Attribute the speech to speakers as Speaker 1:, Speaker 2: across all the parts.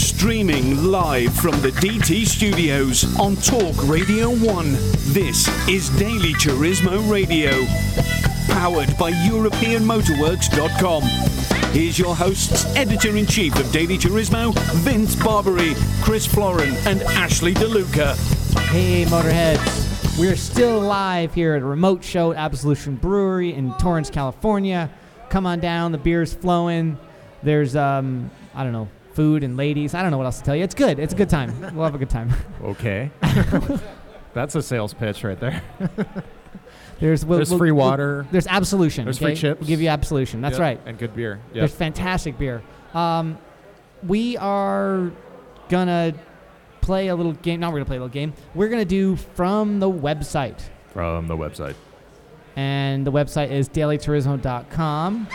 Speaker 1: Streaming live from the DT studios on Talk Radio 1. This is Daily Turismo Radio. Powered by EuropeanMotorworks.com. Here's your hosts, editor in chief of Daily Turismo, Vince Barbary, Chris Florin, and Ashley DeLuca.
Speaker 2: Hey, Motorheads. We're still live here at a remote show at Absolution Brewery in Torrance, California. Come on down. The beer's flowing. There's, um, I don't know, food and ladies. I don't know what else to tell you. It's good. It's a good time. We'll have a good time.
Speaker 3: Okay. That's a sales pitch right there.
Speaker 2: There's, we'll-
Speaker 3: There's
Speaker 2: we'll-
Speaker 3: free
Speaker 2: we'll-
Speaker 3: water.
Speaker 2: there's Absolution.
Speaker 3: There's
Speaker 2: okay?
Speaker 3: free chips.
Speaker 2: We'll give you Absolution. That's
Speaker 3: Yep,
Speaker 2: right.
Speaker 3: And good beer.
Speaker 2: There's
Speaker 3: Yes.
Speaker 2: fantastic beer. Um, we are gonna play a little game. Not we're gonna play a little game. We're gonna do from the website,
Speaker 3: From the website.
Speaker 2: and the website is dailyturismo.com.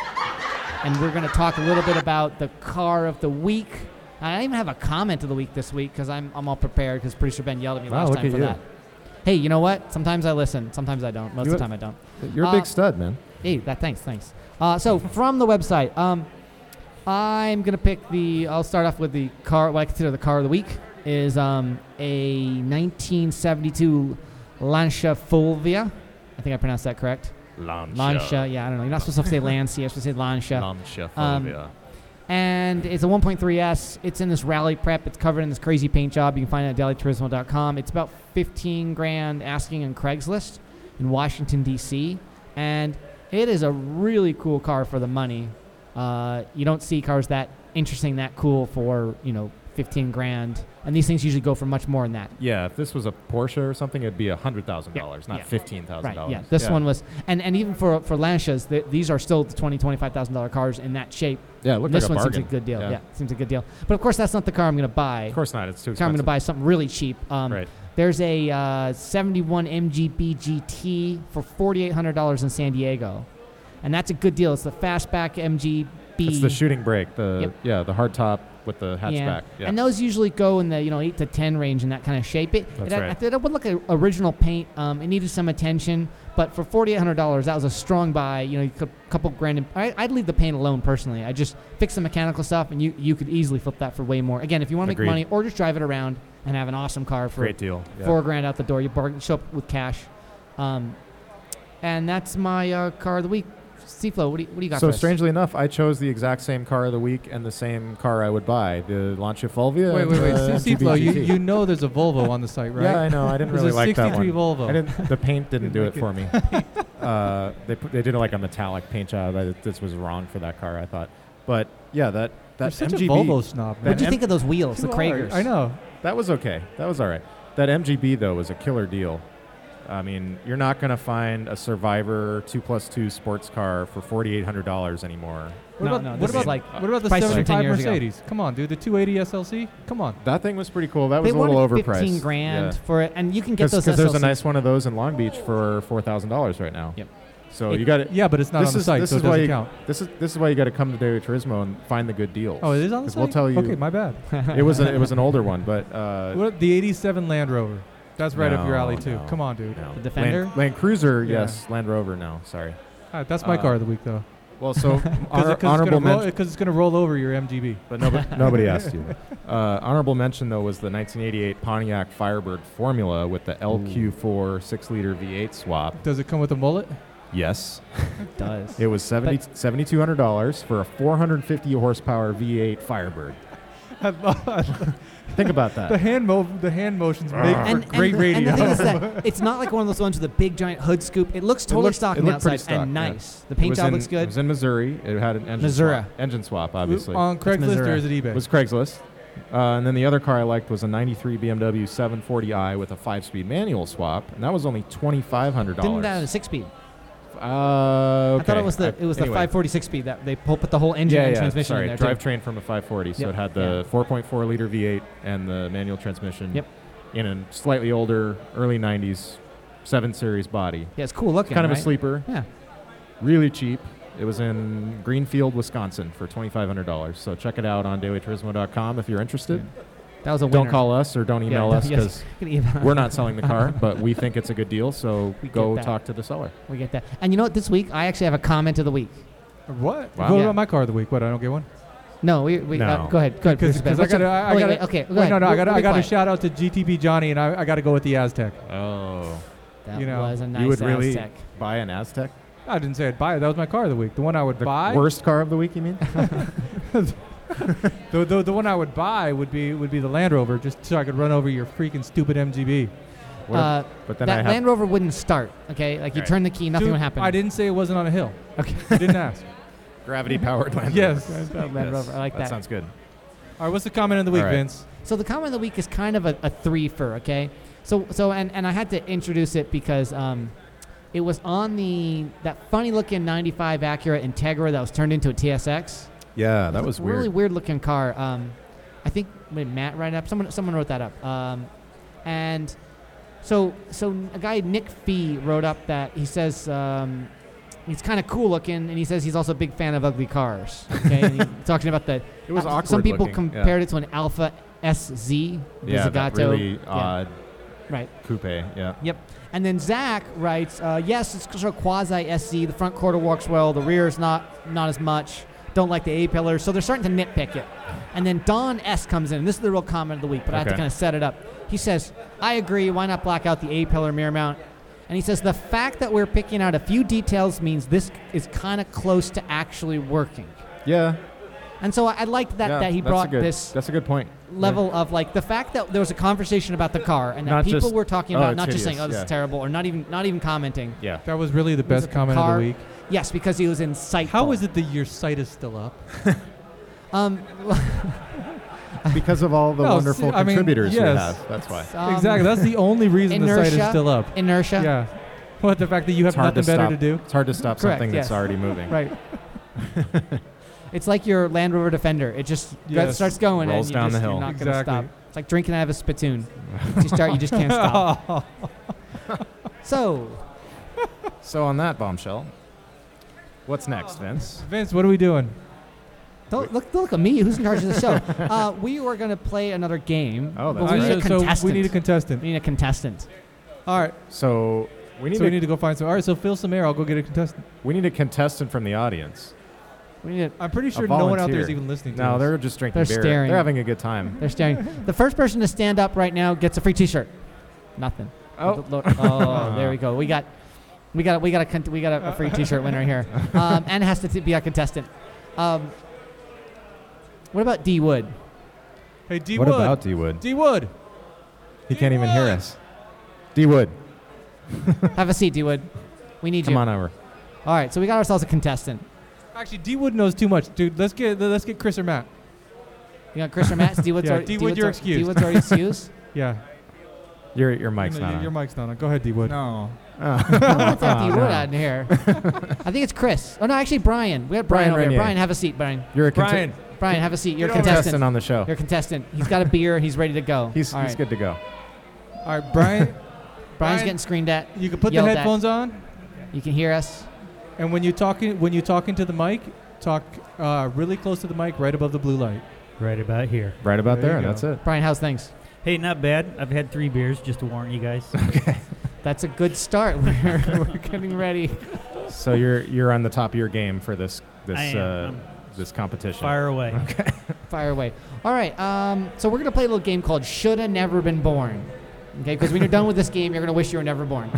Speaker 2: And we're gonna talk a little bit about the car of the week. I don't even have a comment of the week this week because I'm, I'm all prepared because producer Ben yelled at me
Speaker 3: Wow,
Speaker 2: last
Speaker 3: look
Speaker 2: time
Speaker 3: at
Speaker 2: for
Speaker 3: you.
Speaker 2: that. Hey, you know what? Sometimes I listen. Sometimes I don't. Most
Speaker 3: You-
Speaker 2: of the time I don't.
Speaker 3: You're a
Speaker 2: Uh,
Speaker 3: big stud, man.
Speaker 2: Hey, that thanks, thanks. Uh, so from the website, um, I'm gonna pick the. I'll start off with the car. What I consider the car of the week is um, a 1972 Lancia Fulvia. I think I pronounced that correct. Lancia. Yeah, I don't know. You're not supposed to say Lancia. You're supposed to say Lancia.
Speaker 3: Lancia.
Speaker 2: Um,
Speaker 3: Fulvia.
Speaker 2: And it's a 1.3S. It's in this rally prep. It's covered in this crazy paint job. You can find it at dailyturismo.com. It's about 15 grand asking on Craigslist in Washington, D.C. And it is a really cool car for the money. Uh, you don't see cars that interesting, that cool for, you know, 15 grand. And these things usually go for much more than that.
Speaker 3: yeah, if this was a Porsche or something, it'd be $100,000, not
Speaker 2: yeah.
Speaker 3: $15,000.
Speaker 2: Right, yeah. This one was, and, and even for, for Lancias, th- these are still the 20 $25,000 cars in that shape.
Speaker 3: Yeah, it looked
Speaker 2: this
Speaker 3: like a
Speaker 2: one
Speaker 3: bargain.
Speaker 2: seems a good deal. Yeah. seems a good deal. But of course, that's not the car I'm going to buy.
Speaker 3: Of course not. It's too
Speaker 2: So I'm
Speaker 3: expensive.
Speaker 2: going to buy something really cheap. Um,
Speaker 3: Right.
Speaker 2: There's a uh, 71 MGB GT for $4,800 in San Diego, and that's a good deal. It's the fastback MGB.
Speaker 3: It's the shooting brake. The
Speaker 2: Yep.
Speaker 3: yeah, the hard top with the hatchback. Yeah.
Speaker 2: and those usually go in the you know eight to ten range in that kind of shape. It,
Speaker 3: That's
Speaker 2: it,
Speaker 3: right.
Speaker 2: it, would look at original paint. Um, it needed some attention, but for forty eight hundred dollars, that was a strong buy. You know, you could- couple grand. in- I, I'd leave the paint alone personally. I just fix the mechanical stuff, and you you could easily flip that for way more. Again, if you want to make
Speaker 3: Agreed.
Speaker 2: money, or just drive it around and have an awesome car for
Speaker 3: Great deal. Yeah.
Speaker 2: four grand out the door. You bargain, show up with cash, um, and that's my uh, car of the week. Seaflow, what do you, what do you got?
Speaker 3: So
Speaker 2: for us?
Speaker 3: strangely enough, I chose the exact same car of the week and the same car I would buy, the Lancia Fulvia.
Speaker 4: Wait,
Speaker 3: and uh,
Speaker 4: wait, wait.
Speaker 3: the
Speaker 4: CC Flow, you,
Speaker 3: GBGT.
Speaker 4: you know there's a Volvo on the site, right?
Speaker 3: Yeah, I know. I didn't
Speaker 4: There's
Speaker 3: really
Speaker 4: a
Speaker 3: like that one.
Speaker 4: 63 Volvo.
Speaker 3: I didn't, the paint didn't do it for me. uh, they, put, they did like a metallic paint job. I, this was wrong for that car, I thought. But yeah, that
Speaker 4: You're
Speaker 3: that
Speaker 4: such
Speaker 3: MGB
Speaker 4: a Volvo snob.
Speaker 3: that
Speaker 4: man.
Speaker 2: What'd you
Speaker 3: M-
Speaker 2: think of those wheels, the
Speaker 4: You are.
Speaker 2: Kragers?
Speaker 4: I know.
Speaker 3: that was okay. That was all right. That MGB though was a killer deal. I mean, you're not gonna find a Survivor two plus two sports car for forty eight hundred dollars anymore.
Speaker 4: What
Speaker 2: No,
Speaker 4: about,
Speaker 2: no,
Speaker 4: what
Speaker 2: this is
Speaker 4: about
Speaker 2: like
Speaker 4: what about the
Speaker 2: prices from 10
Speaker 4: 75
Speaker 2: years ago.
Speaker 4: Mercedes? Come on, dude. The 280 SLC. Come on.
Speaker 3: That thing was pretty cool. That
Speaker 2: they
Speaker 3: was a little
Speaker 2: wanted
Speaker 3: overpriced.
Speaker 2: fifteen grand
Speaker 3: Yeah.
Speaker 2: for it, and you can get
Speaker 3: Because
Speaker 2: those.
Speaker 3: there's a
Speaker 2: SLCs.
Speaker 3: nice one of those in Long Beach for four thousand dollars right now.
Speaker 2: Yep.
Speaker 3: So
Speaker 2: It-
Speaker 3: you got it.
Speaker 4: Yeah, but it's not
Speaker 3: this
Speaker 4: on the
Speaker 3: is-
Speaker 4: site,
Speaker 3: this
Speaker 4: so
Speaker 3: is
Speaker 4: it
Speaker 3: why
Speaker 4: doesn't
Speaker 3: you-
Speaker 4: count.
Speaker 3: This is this is why you got to come to Daily Turismo and find the good deals.
Speaker 4: Oh, it is on the
Speaker 3: 'Cause
Speaker 4: site.
Speaker 3: we'll tell you.
Speaker 4: Okay, my bad.
Speaker 3: it was a, it was an older one, but uh,
Speaker 4: What the 87 Land Rover? That's right up your
Speaker 3: No,
Speaker 4: alley too.
Speaker 3: no.
Speaker 4: Come on, dude.
Speaker 3: no.
Speaker 2: The Defender?
Speaker 3: Land, Land Cruiser,
Speaker 4: Yeah.
Speaker 3: yes, Land Rover. No, sorry.
Speaker 4: All right, that's my
Speaker 3: Uh,
Speaker 4: car of the week though.
Speaker 3: Well, so
Speaker 4: Because
Speaker 3: honor- honorable mention,
Speaker 4: it's going to roll over your MGB.
Speaker 3: but nobody, nobody asked you. Uh, honorable mention though was the 1988 Pontiac Firebird Formula with the LQ4 six-liter V8 swap.
Speaker 4: Does it come with a mullet?
Speaker 3: Yes,
Speaker 2: It does.
Speaker 3: it was 70 $7,200 for a 450 horsepower V8 Firebird.
Speaker 4: the
Speaker 3: Think about that.
Speaker 4: hand mo- the hand motions make
Speaker 3: Uh.
Speaker 2: and, and
Speaker 4: for great
Speaker 2: the,
Speaker 4: radio.
Speaker 2: And the thing is that it's not like one of those ones with a big giant hood scoop. It looks totally
Speaker 3: looked-
Speaker 2: stock
Speaker 3: it
Speaker 2: on the
Speaker 3: looked pretty
Speaker 2: outside and
Speaker 3: stock, yeah.
Speaker 2: nice. The paint
Speaker 3: was
Speaker 2: job
Speaker 3: in-
Speaker 2: looks
Speaker 3: It
Speaker 2: good.
Speaker 3: was in Missouri. It had an engine
Speaker 2: Missouri.
Speaker 3: swap. Engine swap, obviously.
Speaker 4: on Craigslist or
Speaker 2: Missouri.
Speaker 4: is it eBay?
Speaker 3: It was Craigslist. Uh, and then the other car I liked was a 93 BMW 740i with a five-speed manual swap, and that was only $2,500.
Speaker 2: Didn't that have a six speed?
Speaker 3: Uh, okay.
Speaker 2: I thought it was the it was the
Speaker 3: anyway.
Speaker 2: 546 speed that they pu- put the whole engine
Speaker 3: Yeah,
Speaker 2: and
Speaker 3: yeah,
Speaker 2: transmission
Speaker 3: sorry.
Speaker 2: in there. too.
Speaker 3: drivetrain from a 540, so
Speaker 2: Yep.
Speaker 3: it had the 4.4 liter V8 and the manual transmission.
Speaker 2: Yep.
Speaker 3: In a slightly older, early 90s, seven series body.
Speaker 2: Yeah, it's cool looking.
Speaker 3: Kind of
Speaker 2: right?
Speaker 3: a sleeper.
Speaker 2: Yeah,
Speaker 3: really cheap. It was in Greenfield, Wisconsin for $2,500. So check it out on dailyturismo.com if you're interested.
Speaker 2: that was a
Speaker 3: Don't
Speaker 2: winner.
Speaker 3: call us or don't
Speaker 2: Yeah,
Speaker 3: email
Speaker 2: no,
Speaker 3: us
Speaker 2: yes.
Speaker 3: because
Speaker 2: Gonna email-
Speaker 3: we're not selling the car, but we think it's a good deal. So
Speaker 2: We get
Speaker 3: go
Speaker 2: that.
Speaker 3: talk to the seller.
Speaker 2: we get that. And you know what? This week I actually have a comment of the week.
Speaker 4: What?
Speaker 3: Wow.
Speaker 4: What
Speaker 2: Yeah.
Speaker 4: about my car of the week? What? I don't get one.
Speaker 2: No, we, we uh,
Speaker 3: No.
Speaker 2: go ahead. Go ahead. Bruce
Speaker 4: Because
Speaker 2: is back.
Speaker 4: I
Speaker 2: What's
Speaker 4: got to.
Speaker 2: your-
Speaker 4: I, I
Speaker 2: oh, wait,
Speaker 4: gotta,
Speaker 2: wait, okay. Go
Speaker 4: wait,
Speaker 2: ahead.
Speaker 4: no, no. I
Speaker 2: We'll-
Speaker 4: got.
Speaker 2: we'll
Speaker 4: I
Speaker 2: be
Speaker 4: got to
Speaker 2: quiet.
Speaker 4: shout out to GTB Johnny, and I, I got to go with the Aztec.
Speaker 3: Oh.
Speaker 2: That
Speaker 4: you know,
Speaker 2: was a nice
Speaker 3: you would really
Speaker 2: Aztec.
Speaker 3: buy an Aztec?
Speaker 4: I didn't say I'd buy it. That was my car of the week. The one I would
Speaker 3: The
Speaker 4: buy.
Speaker 3: worst car of the week, you mean?
Speaker 4: The, the, the one I would buy would be would be the Land Rover, just so I could run over your freaking stupid MGB.
Speaker 3: What if-
Speaker 2: Uh,
Speaker 3: but then I
Speaker 2: That
Speaker 3: have
Speaker 2: Land Rover wouldn't start. Okay, like you
Speaker 3: Right.
Speaker 2: turn the key, nothing
Speaker 4: Dude,
Speaker 2: would happen.
Speaker 4: I didn't say it wasn't on a hill.
Speaker 2: Okay.
Speaker 4: You didn't ask.
Speaker 3: gravity powered Land
Speaker 4: yes.
Speaker 3: Rover.
Speaker 4: All
Speaker 2: Land Rover, I like that.
Speaker 3: sounds good.
Speaker 4: right. What's the comment of the week,
Speaker 3: All right.
Speaker 4: Vince?
Speaker 2: So the comment of the week is kind of a, a three for okay. So so and, and I had to introduce it because um, it was on the that funny looking '95 Acura Integra that was turned into a TSX.
Speaker 3: Yeah, that
Speaker 2: It's
Speaker 3: was
Speaker 2: a
Speaker 3: weird.
Speaker 2: Really weird looking car. Um, I think wait, Matt wrote it up. Someone someone wrote that up. Um, and so so a guy Nick Fee wrote up that he says um, he's kind of cool looking, and he says he's also a big fan of ugly cars. Okay, and he, talking about the
Speaker 3: it was
Speaker 2: uh,
Speaker 3: awkward.
Speaker 2: Some people
Speaker 3: looking. yeah.
Speaker 2: compared it to an Alpha SZ, the
Speaker 3: yeah, that
Speaker 2: Zagato.
Speaker 3: really
Speaker 2: Yeah.
Speaker 3: odd
Speaker 2: Right.
Speaker 3: coupe. Yeah.
Speaker 2: And then Zach writes, uh, yes, it's sort of quasi SZ. The front quarter works well. The rear is not not as much. Don't like the A pillars. So they're starting to nitpick it. And then Don S comes in. And this is the real comment of the week, but I have to
Speaker 3: Okay.
Speaker 2: kind of set it up. He says, I agree. Why not black out the A pillar mirror mount? And he says, the fact that we're picking out a few details means this is kind of close to actually working.
Speaker 3: Yeah.
Speaker 2: And so I, I liked that,
Speaker 3: yeah,
Speaker 2: that he
Speaker 3: that's a
Speaker 2: brought
Speaker 3: good-
Speaker 2: this
Speaker 3: That's a good point.
Speaker 2: level of like the fact that there was a conversation about the car and that
Speaker 3: Not
Speaker 2: people
Speaker 3: just,
Speaker 2: were talking
Speaker 3: "Oh,
Speaker 2: about
Speaker 3: it's
Speaker 2: not just saying
Speaker 3: hideous,ous,"
Speaker 2: oh this
Speaker 3: yeah.
Speaker 2: is terrible or not even not even commenting
Speaker 3: Yeah.
Speaker 4: That was really the
Speaker 2: was
Speaker 4: best
Speaker 2: a
Speaker 4: comment of
Speaker 2: car.
Speaker 4: the week.
Speaker 2: yes because he was insightful
Speaker 4: How is it that your site is still up?
Speaker 2: um,
Speaker 3: Because of all the
Speaker 4: No,
Speaker 3: wonderful
Speaker 4: see, I mean,
Speaker 3: contributors
Speaker 4: yes.
Speaker 3: we have. That's why.
Speaker 2: um,
Speaker 4: exactly. That's the only reason the site is
Speaker 2: inertia.
Speaker 4: still up.
Speaker 2: um, inertia
Speaker 4: Yeah. What the fact that you have
Speaker 3: It's hard
Speaker 4: nothing
Speaker 3: to
Speaker 4: better
Speaker 3: stop.
Speaker 4: to do?
Speaker 3: It's hard to stop
Speaker 2: Correct,
Speaker 3: something
Speaker 2: yes.
Speaker 3: that's already moving.
Speaker 2: right it's like your Land Rover Defender it just
Speaker 4: Yes.
Speaker 2: starts going
Speaker 3: Rolls
Speaker 2: and you
Speaker 3: down
Speaker 2: just,
Speaker 3: the hill.
Speaker 2: you're not
Speaker 4: Exactly.
Speaker 2: gonna stop it's like drinking out of a spittoon Once you start you just can't stop so
Speaker 3: So on that bombshell, what's next, Vince?
Speaker 4: Vince, what are we doing?
Speaker 2: don't look don't look at me who's in charge of the show uh, we were gonna play another game
Speaker 3: Oh,
Speaker 2: but
Speaker 3: that's
Speaker 2: we
Speaker 4: All
Speaker 2: need
Speaker 4: right,
Speaker 2: a
Speaker 4: so,
Speaker 2: contestant
Speaker 4: so we need a contestant.
Speaker 2: we need a contestant
Speaker 4: All right.
Speaker 3: So we need
Speaker 4: so we
Speaker 3: a,
Speaker 4: need to go find some. All right. So fill some air. I'll go get a contestant.
Speaker 3: we need a contestant from the audience.
Speaker 2: we need a
Speaker 4: I'm pretty sure no one out there is
Speaker 3: volunteer.
Speaker 4: even listening to
Speaker 3: No,
Speaker 4: us.
Speaker 3: they're just drinking
Speaker 2: They're
Speaker 3: beer.
Speaker 2: staring.
Speaker 3: They're having a good time.
Speaker 2: They're staring. The first person to stand up right now gets a free T-shirt. Nothing.
Speaker 3: Oh,
Speaker 2: Lo- oh, there we go. We got, we got, we got a, cont- we got a, a free T-shirt winner here, um, and has to t- be a contestant. Um, what about D Wood?
Speaker 4: Hey, D
Speaker 3: what
Speaker 4: Wood.
Speaker 3: about D Wood?
Speaker 4: D Wood.
Speaker 3: He can't even hear us. D Wood,
Speaker 2: Have a seat, D Wood. We need
Speaker 3: come
Speaker 2: you.
Speaker 3: on over.
Speaker 2: All right, so we got ourselves a contestant.
Speaker 4: Actually, D Wood knows too much, dude. Let's get let's get Chris or Matt.
Speaker 2: You got Chris or Matt? D Wood's
Speaker 4: Yeah,
Speaker 2: already.
Speaker 4: D. Wood, you're
Speaker 2: D
Speaker 4: excused.
Speaker 2: Wood's already excused.
Speaker 4: Yeah.
Speaker 3: Your your mic's
Speaker 4: No,
Speaker 3: not
Speaker 4: your,
Speaker 3: on. Oh.
Speaker 4: your mic's not on. Go ahead, D Wood.
Speaker 5: No.
Speaker 2: I want
Speaker 4: Oh,
Speaker 2: that D
Speaker 3: no.
Speaker 2: Wood out in here. I think it's Chris. Oh no, actually Brian. We got Brian,
Speaker 3: Brian
Speaker 2: over
Speaker 3: Renier.
Speaker 2: here. Brian, have a seat, Brian.
Speaker 3: You're a conte-
Speaker 4: Brian.
Speaker 2: Brian, have a seat. You're a
Speaker 4: Get over here.
Speaker 2: contestant.
Speaker 3: contestant on the show.
Speaker 2: You're a contestant. He's got a beer. He's ready to go.
Speaker 3: He's,
Speaker 2: All
Speaker 3: he's
Speaker 2: right.
Speaker 3: good to go.
Speaker 4: All right, Brian.
Speaker 2: Brian's
Speaker 4: Brian-
Speaker 2: getting screened at.
Speaker 4: You can put
Speaker 2: Yelled
Speaker 4: the
Speaker 2: at.
Speaker 4: headphones on,
Speaker 2: You can hear us.
Speaker 4: and when you're talking when you're talking to the mic, talk uh, really close to the mic, right above the blue light.
Speaker 6: Right about here.
Speaker 3: Right about
Speaker 4: There
Speaker 3: there.
Speaker 4: you go.
Speaker 3: That's it.
Speaker 2: Brian, how's things?
Speaker 6: Hey, not bad. I've had three beers, just to warn you guys.
Speaker 2: That's a good start. We're, we're getting ready.
Speaker 3: So you're you're on the top of your game for this this
Speaker 6: I am.
Speaker 3: uh,
Speaker 6: I'm
Speaker 3: this competition.
Speaker 6: fire away.
Speaker 2: Fire away. All right. Um, so we're gonna play a little game called "Shoulda Never Been Born." Okay, because when you're done with this game, you're gonna wish you were never born.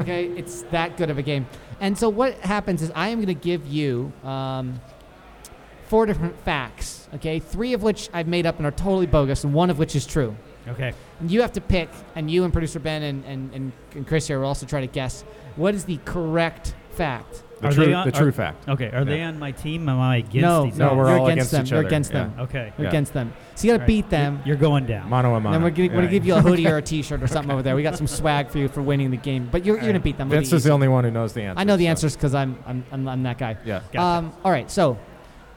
Speaker 2: Okay, it's that good of a game. And so what happens is I am gonna give you um, four different facts. Okay, three of which I've made up and are totally bogus, and one of which is true.
Speaker 6: Okay.
Speaker 2: And you have to pick, and you and producer Ben and, and, and, and Chris here will also try to guess what is the correct fact.
Speaker 3: The
Speaker 6: Are
Speaker 3: true
Speaker 6: they on-
Speaker 3: the
Speaker 6: are-
Speaker 3: true fact.
Speaker 6: Okay. Are they
Speaker 3: Yeah.
Speaker 6: on my team? Am I against
Speaker 2: no,
Speaker 6: these?
Speaker 3: No,
Speaker 6: guys?
Speaker 3: we're
Speaker 2: you're
Speaker 3: all
Speaker 2: against, them.
Speaker 3: against each
Speaker 2: You're
Speaker 3: other.
Speaker 2: against them.
Speaker 6: Okay.
Speaker 2: You're
Speaker 3: Yeah.
Speaker 2: against them. So you got to
Speaker 6: All right.
Speaker 2: beat them.
Speaker 6: You're going down.
Speaker 3: Mono a
Speaker 2: and
Speaker 3: mono.
Speaker 2: then we're gonna, we're
Speaker 3: Yeah.
Speaker 2: gonna give you a hoodie or a T-shirt or something over there. We got some swag for you for winning the game, but you're, you're gonna beat them. It'll be
Speaker 3: Vince is the
Speaker 2: easy.
Speaker 3: only one who knows the answer.
Speaker 2: I know the
Speaker 3: so-
Speaker 2: answers because I'm, I'm I'm I'm that guy.
Speaker 3: Yeah.
Speaker 6: Gotcha.
Speaker 2: Um, all right, so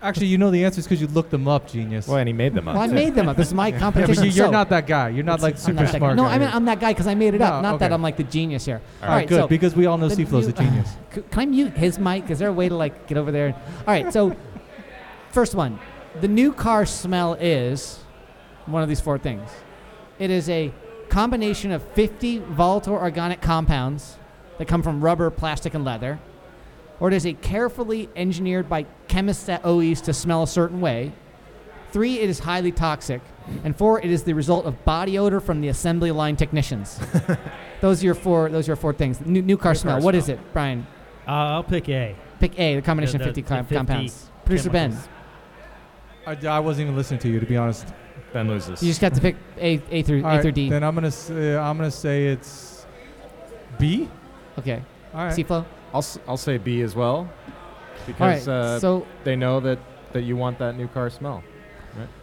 Speaker 4: Actually, you know the answers because you looked them up, genius.
Speaker 3: Well, and he made them up.
Speaker 2: well, I
Speaker 3: too.
Speaker 2: made them up. This is my
Speaker 4: Yeah,
Speaker 2: competition.
Speaker 4: but you, you're
Speaker 2: so
Speaker 4: not that guy. You're not like
Speaker 2: I'm
Speaker 4: super
Speaker 2: not that guy.
Speaker 4: smart.
Speaker 2: No,
Speaker 4: guy
Speaker 2: I mean
Speaker 4: here.
Speaker 2: I'm that guy because I made it up.
Speaker 4: No,
Speaker 2: Not that
Speaker 4: okay.
Speaker 2: I'm like the genius here.
Speaker 3: All
Speaker 2: all
Speaker 4: All
Speaker 2: right,
Speaker 4: right, good
Speaker 2: so-
Speaker 4: because we all know
Speaker 2: Then
Speaker 4: Seaflow's
Speaker 2: you-
Speaker 4: a genius.
Speaker 2: C- Can I mute his mic? Is there a way to like get over there? All right. So, first one, the new car smell is one of these four things. It is a combination of 50 volatile organic compounds that come from rubber, plastic, and leather, or it is a carefully engineered by chemists at OEs to smell a certain way, Three, it is highly toxic. And four, it is the result of body odor from the assembly line technicians. those are your four. Those are your four things. New, new car
Speaker 3: car
Speaker 2: smell. What is
Speaker 3: smell.
Speaker 2: it, Brian?
Speaker 6: Uh, I'll pick A.
Speaker 2: Pick A, the combination
Speaker 6: The-
Speaker 2: of 50
Speaker 6: the-
Speaker 2: com-
Speaker 6: the 50
Speaker 2: compounds. Producer Ben,
Speaker 6: chemicals.
Speaker 4: I, I wasn't even listening to you, to be honest.
Speaker 3: Ben loses.
Speaker 2: you just have to pick A, A through
Speaker 4: All
Speaker 2: A
Speaker 4: right,
Speaker 2: through D.
Speaker 4: Then I'm gonna say, I'm gonna say it's B.
Speaker 2: Okay.
Speaker 4: All right.
Speaker 2: Seaflow.
Speaker 3: I'll, s- I'll say B as well
Speaker 2: All
Speaker 3: because
Speaker 2: right.
Speaker 3: uh,
Speaker 2: so,
Speaker 3: they know that, that you want that new car smell.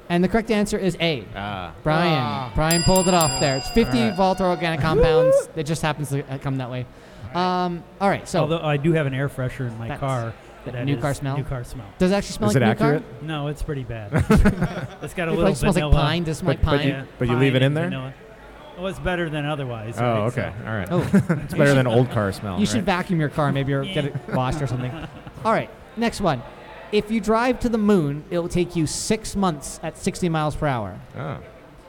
Speaker 2: and the correct answer is A.
Speaker 3: Ah.
Speaker 2: Brian.
Speaker 4: Ah.
Speaker 2: Brian pulled it off there. It's 50
Speaker 3: All right.
Speaker 2: volatile organic compounds. it just happens to uh, come that way. Um, all right. So,
Speaker 6: Although I do have an air freshener in my
Speaker 2: That's-
Speaker 6: car.
Speaker 2: that
Speaker 6: that
Speaker 2: new
Speaker 6: is
Speaker 2: car smell.
Speaker 6: New car smell.
Speaker 2: does it actually smell
Speaker 3: Is
Speaker 2: like
Speaker 3: it
Speaker 2: new
Speaker 3: accurate?
Speaker 2: car?
Speaker 6: No, it's pretty bad. it's got a
Speaker 2: It
Speaker 6: little
Speaker 2: like smells like
Speaker 6: vanilla.
Speaker 2: pine. Does it smell
Speaker 3: But-
Speaker 2: like pine?
Speaker 3: but you- leave it
Speaker 6: pine
Speaker 3: in
Speaker 6: and
Speaker 3: there?
Speaker 6: vanilla. Well, it's better than otherwise.
Speaker 4: Uh,
Speaker 3: Oh,
Speaker 6: right? So-
Speaker 3: okay. All right.
Speaker 2: Oh,
Speaker 3: It's better than old car smell.
Speaker 2: You should
Speaker 3: right?
Speaker 2: vacuum your car, maybe, or get it washed or something. All right, next one. If you drive to the moon, it will take you six months at 60 miles per hour.
Speaker 3: Oh.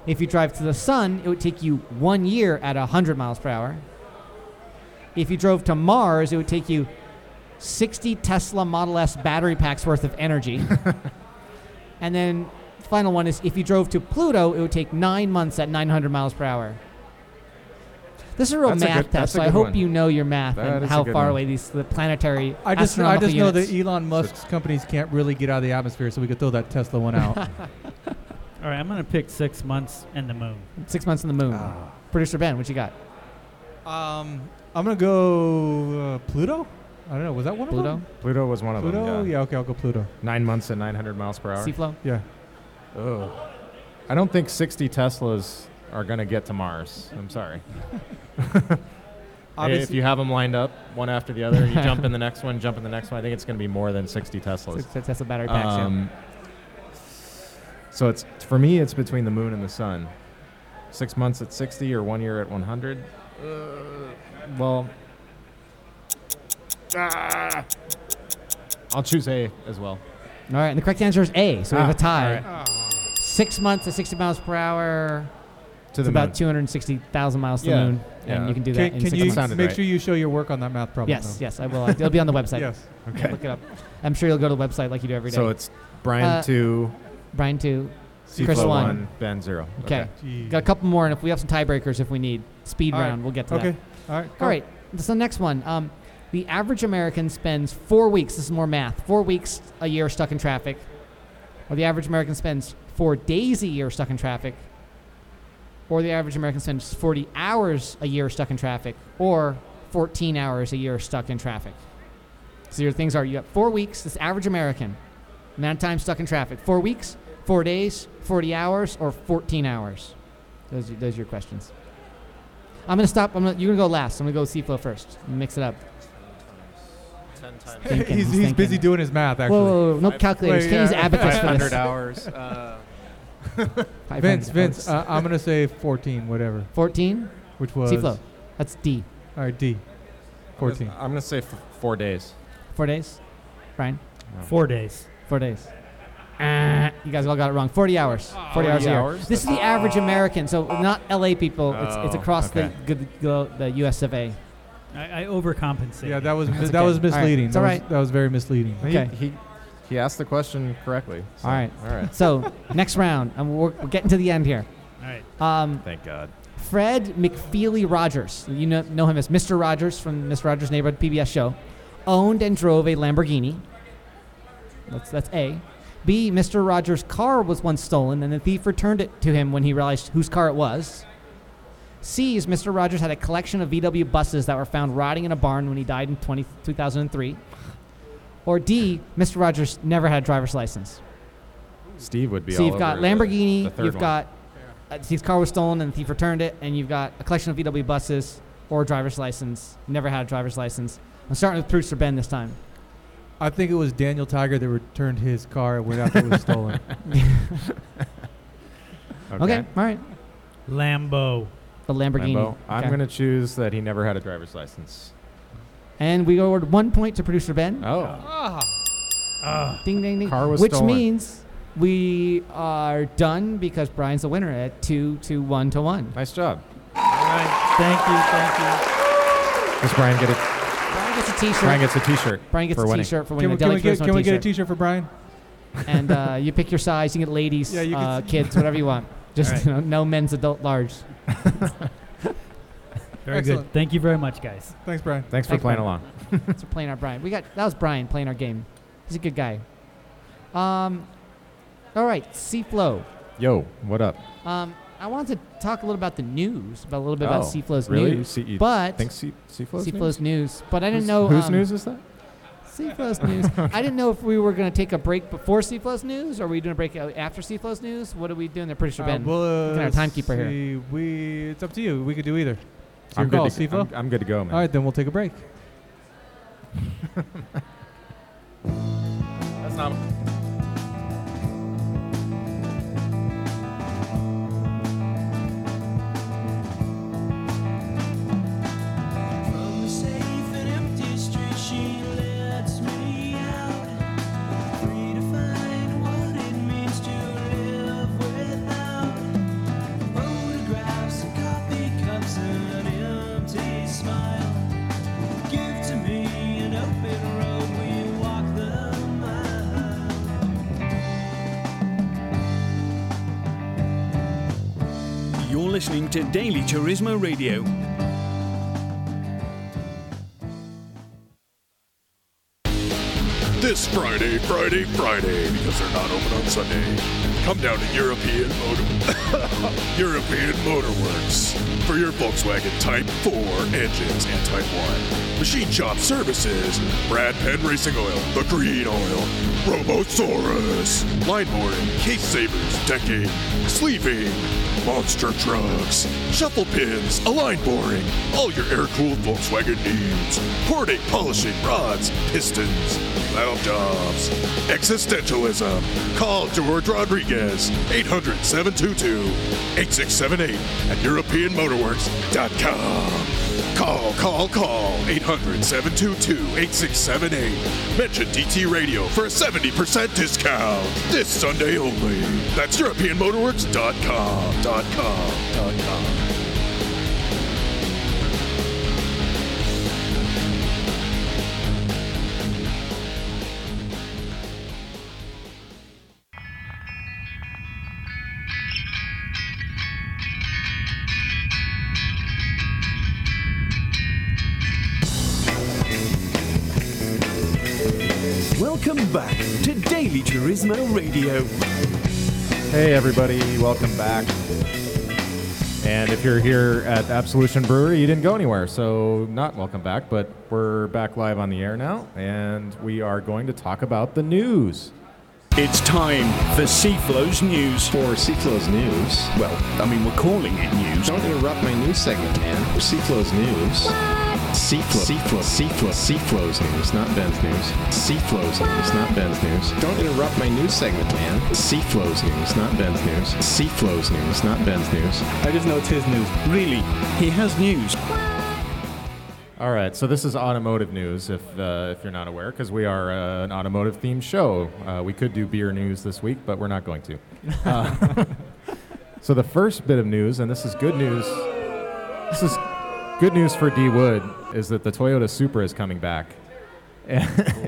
Speaker 2: If you drive to the sun, it would take you one year at 100 miles per hour. If you drove to Mars, it would take you 60 Tesla Model S battery packs worth of energy. and then, final one is if you drove to Pluto, it would take nine months at 900 miles per hour. This is a real
Speaker 3: That's a
Speaker 2: math
Speaker 3: good-
Speaker 2: test,
Speaker 3: that's a
Speaker 2: so I
Speaker 3: good
Speaker 2: hope
Speaker 3: one.
Speaker 2: you know your math
Speaker 3: That
Speaker 2: and
Speaker 3: is a
Speaker 2: how
Speaker 3: good
Speaker 2: far
Speaker 3: one.
Speaker 2: away these the planetary
Speaker 4: I just I
Speaker 2: astronomical
Speaker 4: just know
Speaker 2: units.
Speaker 4: that Elon Musk's companies can't really get out of the atmosphere, so we could throw that Tesla one out.
Speaker 6: All right, I'm going to pick six months and the moon.
Speaker 2: six months on the moon.
Speaker 3: Ah.
Speaker 2: Producer Ben, what you got?
Speaker 4: um, I'm gonna go uh, Pluto. I don't know. Was that one
Speaker 2: Pluto,
Speaker 4: of them?
Speaker 3: Pluto was one of
Speaker 4: Pluto.
Speaker 3: them.
Speaker 4: Yeah. Okay. I'll go Pluto.
Speaker 3: Nine months at 900 miles per hour.
Speaker 2: Seaflow.
Speaker 4: Yeah.
Speaker 3: Oh. I don't think 60 Teslas are going to get to Mars. I'm sorry. if
Speaker 4: Obviously.
Speaker 3: you have them lined up one after the other, you jump in the next one, jump in the next one. I think it's going to be more than 60 Teslas.
Speaker 2: Six Tesla battery packs. yeah.
Speaker 3: Um, so it's for me, it's between the moon and the sun. Six months at 60 or one year at 100. Uh, well, ah, I'll choose A as well.
Speaker 2: All right, and the correct answer is A. So we have
Speaker 3: Ah,
Speaker 2: a tie.
Speaker 3: all
Speaker 2: Six months at 60 miles per hour.
Speaker 3: To
Speaker 2: It's
Speaker 3: the
Speaker 2: about
Speaker 3: moon.
Speaker 2: 260,000 miles to
Speaker 3: Yeah,
Speaker 2: the moon, and
Speaker 3: yeah.
Speaker 2: you can do that
Speaker 4: Can,
Speaker 2: in
Speaker 4: can
Speaker 2: six
Speaker 4: you
Speaker 2: months.
Speaker 3: Sounded
Speaker 4: make
Speaker 3: right.
Speaker 4: sure you show your work on that math problem?
Speaker 2: Yes,
Speaker 4: though?
Speaker 2: yes, I will. It'll be on the website.
Speaker 4: Yes.
Speaker 3: Okay.
Speaker 2: Look it up. I'm sure you'll go to the website like you do every day.
Speaker 3: So it's Brian
Speaker 2: Uh,
Speaker 3: two,
Speaker 2: Brian two.
Speaker 3: C
Speaker 2: Chris one.
Speaker 3: Ben zero.
Speaker 2: Okay.
Speaker 4: Gee.
Speaker 2: Got a couple more, and if we have some tiebreakers, if we need speed
Speaker 4: All right.
Speaker 2: round, we'll get to that.
Speaker 4: Okay. All right.
Speaker 2: All right. So next one. Um, the average American spends four weeks. This is more math. Four weeks a year stuck in traffic, or the average American spends four days a year stuck in traffic, or the average American spends 40 hours a year stuck in traffic, or 14 hours a year stuck in traffic. So your things are: you got four weeks. This average American amount of time stuck in traffic: four weeks, four days, 40 hours, or 14 hours. Those are, those are your questions. I'm gonna stop. I'm gonna, you're gonna go last. I'm gonna go with Seaflow first. Mix it up.
Speaker 3: Ten times.
Speaker 4: He's,
Speaker 2: Thinking,
Speaker 4: he's
Speaker 2: he's
Speaker 4: busy
Speaker 2: thinking.
Speaker 4: doing his math actually.
Speaker 2: Whoa, whoa, whoa, no calculators.
Speaker 4: wait,
Speaker 2: Can't use
Speaker 4: yeah.
Speaker 2: abacus for this.
Speaker 3: hours. Uh,
Speaker 2: Five
Speaker 4: Vince,
Speaker 2: hundred.
Speaker 4: Vince, uh, I'm gonna say 14, whatever,
Speaker 2: 14.
Speaker 4: which was.
Speaker 2: Seaflow. That's D.
Speaker 4: All right, D. 14.
Speaker 3: I'm gonna say f- four days.
Speaker 2: Four days. Brian.
Speaker 6: Four days.
Speaker 2: Four days. Uh,
Speaker 4: Eh.
Speaker 2: you guys all got it wrong. 40 hours.
Speaker 4: Oh,
Speaker 2: 40, hours a year.
Speaker 3: hours?
Speaker 2: This is the average American, so not LA people. It's, it's
Speaker 3: Oh,
Speaker 2: across
Speaker 3: okay.
Speaker 2: the, good, the the US of A.
Speaker 6: I, I overcompensate.
Speaker 4: Yeah, that was
Speaker 2: That's
Speaker 4: that
Speaker 2: okay.
Speaker 4: was
Speaker 2: All right.
Speaker 4: misleading.
Speaker 2: It's
Speaker 4: That
Speaker 2: all
Speaker 4: was-
Speaker 2: right.
Speaker 4: That was very misleading.
Speaker 2: Okay.
Speaker 3: He, he he asked the question correctly. so-
Speaker 2: All right.
Speaker 3: All right.
Speaker 2: So next round, and we're, we're getting to the end here.
Speaker 6: All right.
Speaker 2: Um,
Speaker 3: Thank God.
Speaker 2: Fred McFeely Rogers, you know, know him as Mr. Rogers from Mr. Rogers' Neighborhood PBS show, owned and drove a Lamborghini. That's, that's A. B, Mr. Rogers' car was once stolen and the thief returned it to him when he realized whose car it was. C is Mr. Rogers had a collection of VW buses that were found rotting in a barn when he died in 20, 2003. Or D, Mr. Rogers never had a driver's license.
Speaker 3: Steve would be.
Speaker 2: So
Speaker 3: all
Speaker 2: you've got
Speaker 3: over the-
Speaker 2: Lamborghini,
Speaker 3: the third
Speaker 2: you've
Speaker 3: one.
Speaker 2: got uh, his car was stolen and the thief returned it, and you've got a collection of VW buses or a driver's license. Never had a driver's license. I'm starting with producer Ben this time.
Speaker 4: I think it was Daniel Tiger that returned his car when after it was stolen.
Speaker 2: Okay, all right.
Speaker 6: Lambo.
Speaker 2: The Lamborghini.
Speaker 3: Lambo. I'm
Speaker 2: Okay.
Speaker 3: gonna choose that he never had a driver's license.
Speaker 2: and we award one point to producer Ben.
Speaker 3: Oh.
Speaker 6: Ah,
Speaker 2: ding ding ding.
Speaker 3: Car was
Speaker 2: which
Speaker 3: stolen.
Speaker 2: means we are done because Brian's the winner at two to one to one.
Speaker 3: Nice job.
Speaker 6: all right. Thank you. Thank you.
Speaker 3: Does Brian get a
Speaker 2: Brian gets a T-shirt.
Speaker 3: Brian gets a T-shirt?
Speaker 2: Brian gets
Speaker 3: for
Speaker 2: a
Speaker 3: winning.
Speaker 2: T-shirt for
Speaker 4: can
Speaker 2: winning
Speaker 4: we,
Speaker 2: a
Speaker 4: can we
Speaker 2: Deli
Speaker 4: get,
Speaker 2: Charisma
Speaker 4: can we get a
Speaker 2: T-shirt.
Speaker 4: T-shirt for Brian?
Speaker 2: and uh, you pick your size. You can get ladies,
Speaker 4: Yeah, you can
Speaker 2: uh,
Speaker 4: s-
Speaker 2: kids, whatever you want. Just
Speaker 6: Alright.
Speaker 2: you know, no men's, adult, large.
Speaker 6: Very
Speaker 4: Excellent.
Speaker 6: good. Thank you very much, guys.
Speaker 4: Thanks, Brian.
Speaker 3: Thanks for
Speaker 2: Thanks,
Speaker 3: playing
Speaker 2: man.
Speaker 3: along.
Speaker 2: That's playing our Brian. We got that was Brian playing our game. He's a good guy. Um, all right, C Flow.
Speaker 3: Yo, what up?
Speaker 2: Um, I wanted to talk a little about the news, about a little bit
Speaker 3: Oh,
Speaker 2: about C Flow's
Speaker 3: really?
Speaker 2: news,
Speaker 3: See- you
Speaker 2: but
Speaker 3: Think C- Seaflow's
Speaker 2: C
Speaker 3: news?
Speaker 2: Flow's news. But I didn't
Speaker 3: Whose-
Speaker 2: know
Speaker 3: Whose
Speaker 2: um,
Speaker 3: news is that?
Speaker 2: C Flow's news. I didn't know if we were going to take a break before C Flow's news, or were we doing a break out after C Flow's news? What are we doing? They're pretty sure
Speaker 4: Uh,
Speaker 2: Ben.
Speaker 4: we'll,
Speaker 2: Looking at our timekeeper here.
Speaker 4: see. We, it's up to you. We could do either. It's your
Speaker 3: I'm,
Speaker 4: call,
Speaker 3: good to,
Speaker 4: Sifo.
Speaker 3: I'm, I'm good to go, man.
Speaker 4: All right, then we'll take a break.
Speaker 3: That's not.
Speaker 5: From the safe and empty street, she lets me out, free to find what it means to live without photographs, coffee cups, an empty smile. Give to me an open road, we walk the mile.
Speaker 1: You're listening to Daily Turismo Radio.
Speaker 7: This Friday, Friday, Friday, because they're not open on Sunday. Come down to European Motor European Motorworks for your Volkswagen Type 4 engines and Type 1. Machine shop services, Brad Penn Racing Oil, the Green Oil, Robosaurus, line boring, case savers, decking, sleeving, monster trucks, shuffle pins, align boring, all your air-cooled Volkswagen needs, porting, polishing, rods, pistons, valve jobs, existentialism. Call George Rodriguez, 800-722-8678 at EuropeanMotorworks.com. Call, call, call, 800-722-8678. Mention DT Radio for a 70% discount this Sunday only. That's EuropeanMotorworks.com, dot com, dot com.
Speaker 1: Welcome back to Daily Turismo Radio.
Speaker 3: Hey, everybody, welcome back. And if you're here at Absolution Brewery, you didn't go anywhere, so not welcome back, but we're back live on the air now, and we are going to talk about the news.
Speaker 1: It's time for Seaflow's news.
Speaker 8: For Seaflow's News,
Speaker 1: Well, I mean, we're calling it news.
Speaker 8: don't interrupt my news segment, man. Seaflow's News. Seaflow, Seaflow, Seaflow, Seaflow's News, not Ben's News. Seaflow's News, not Ben's News. Don't interrupt my news segment, man. Seaflow's News, not Ben's News. Seaflow's News, not Ben's News.
Speaker 1: I just know it's his news. Really, he has news.
Speaker 3: All right, so this is automotive news, if, uh, if you're not aware, because we are uh, an automotive themed show. Uh, we could do beer news this week, but we're not going to. Uh, so the first bit of news, and this is good news. This is good news for D Wood, is that the Toyota Supra is coming back, and,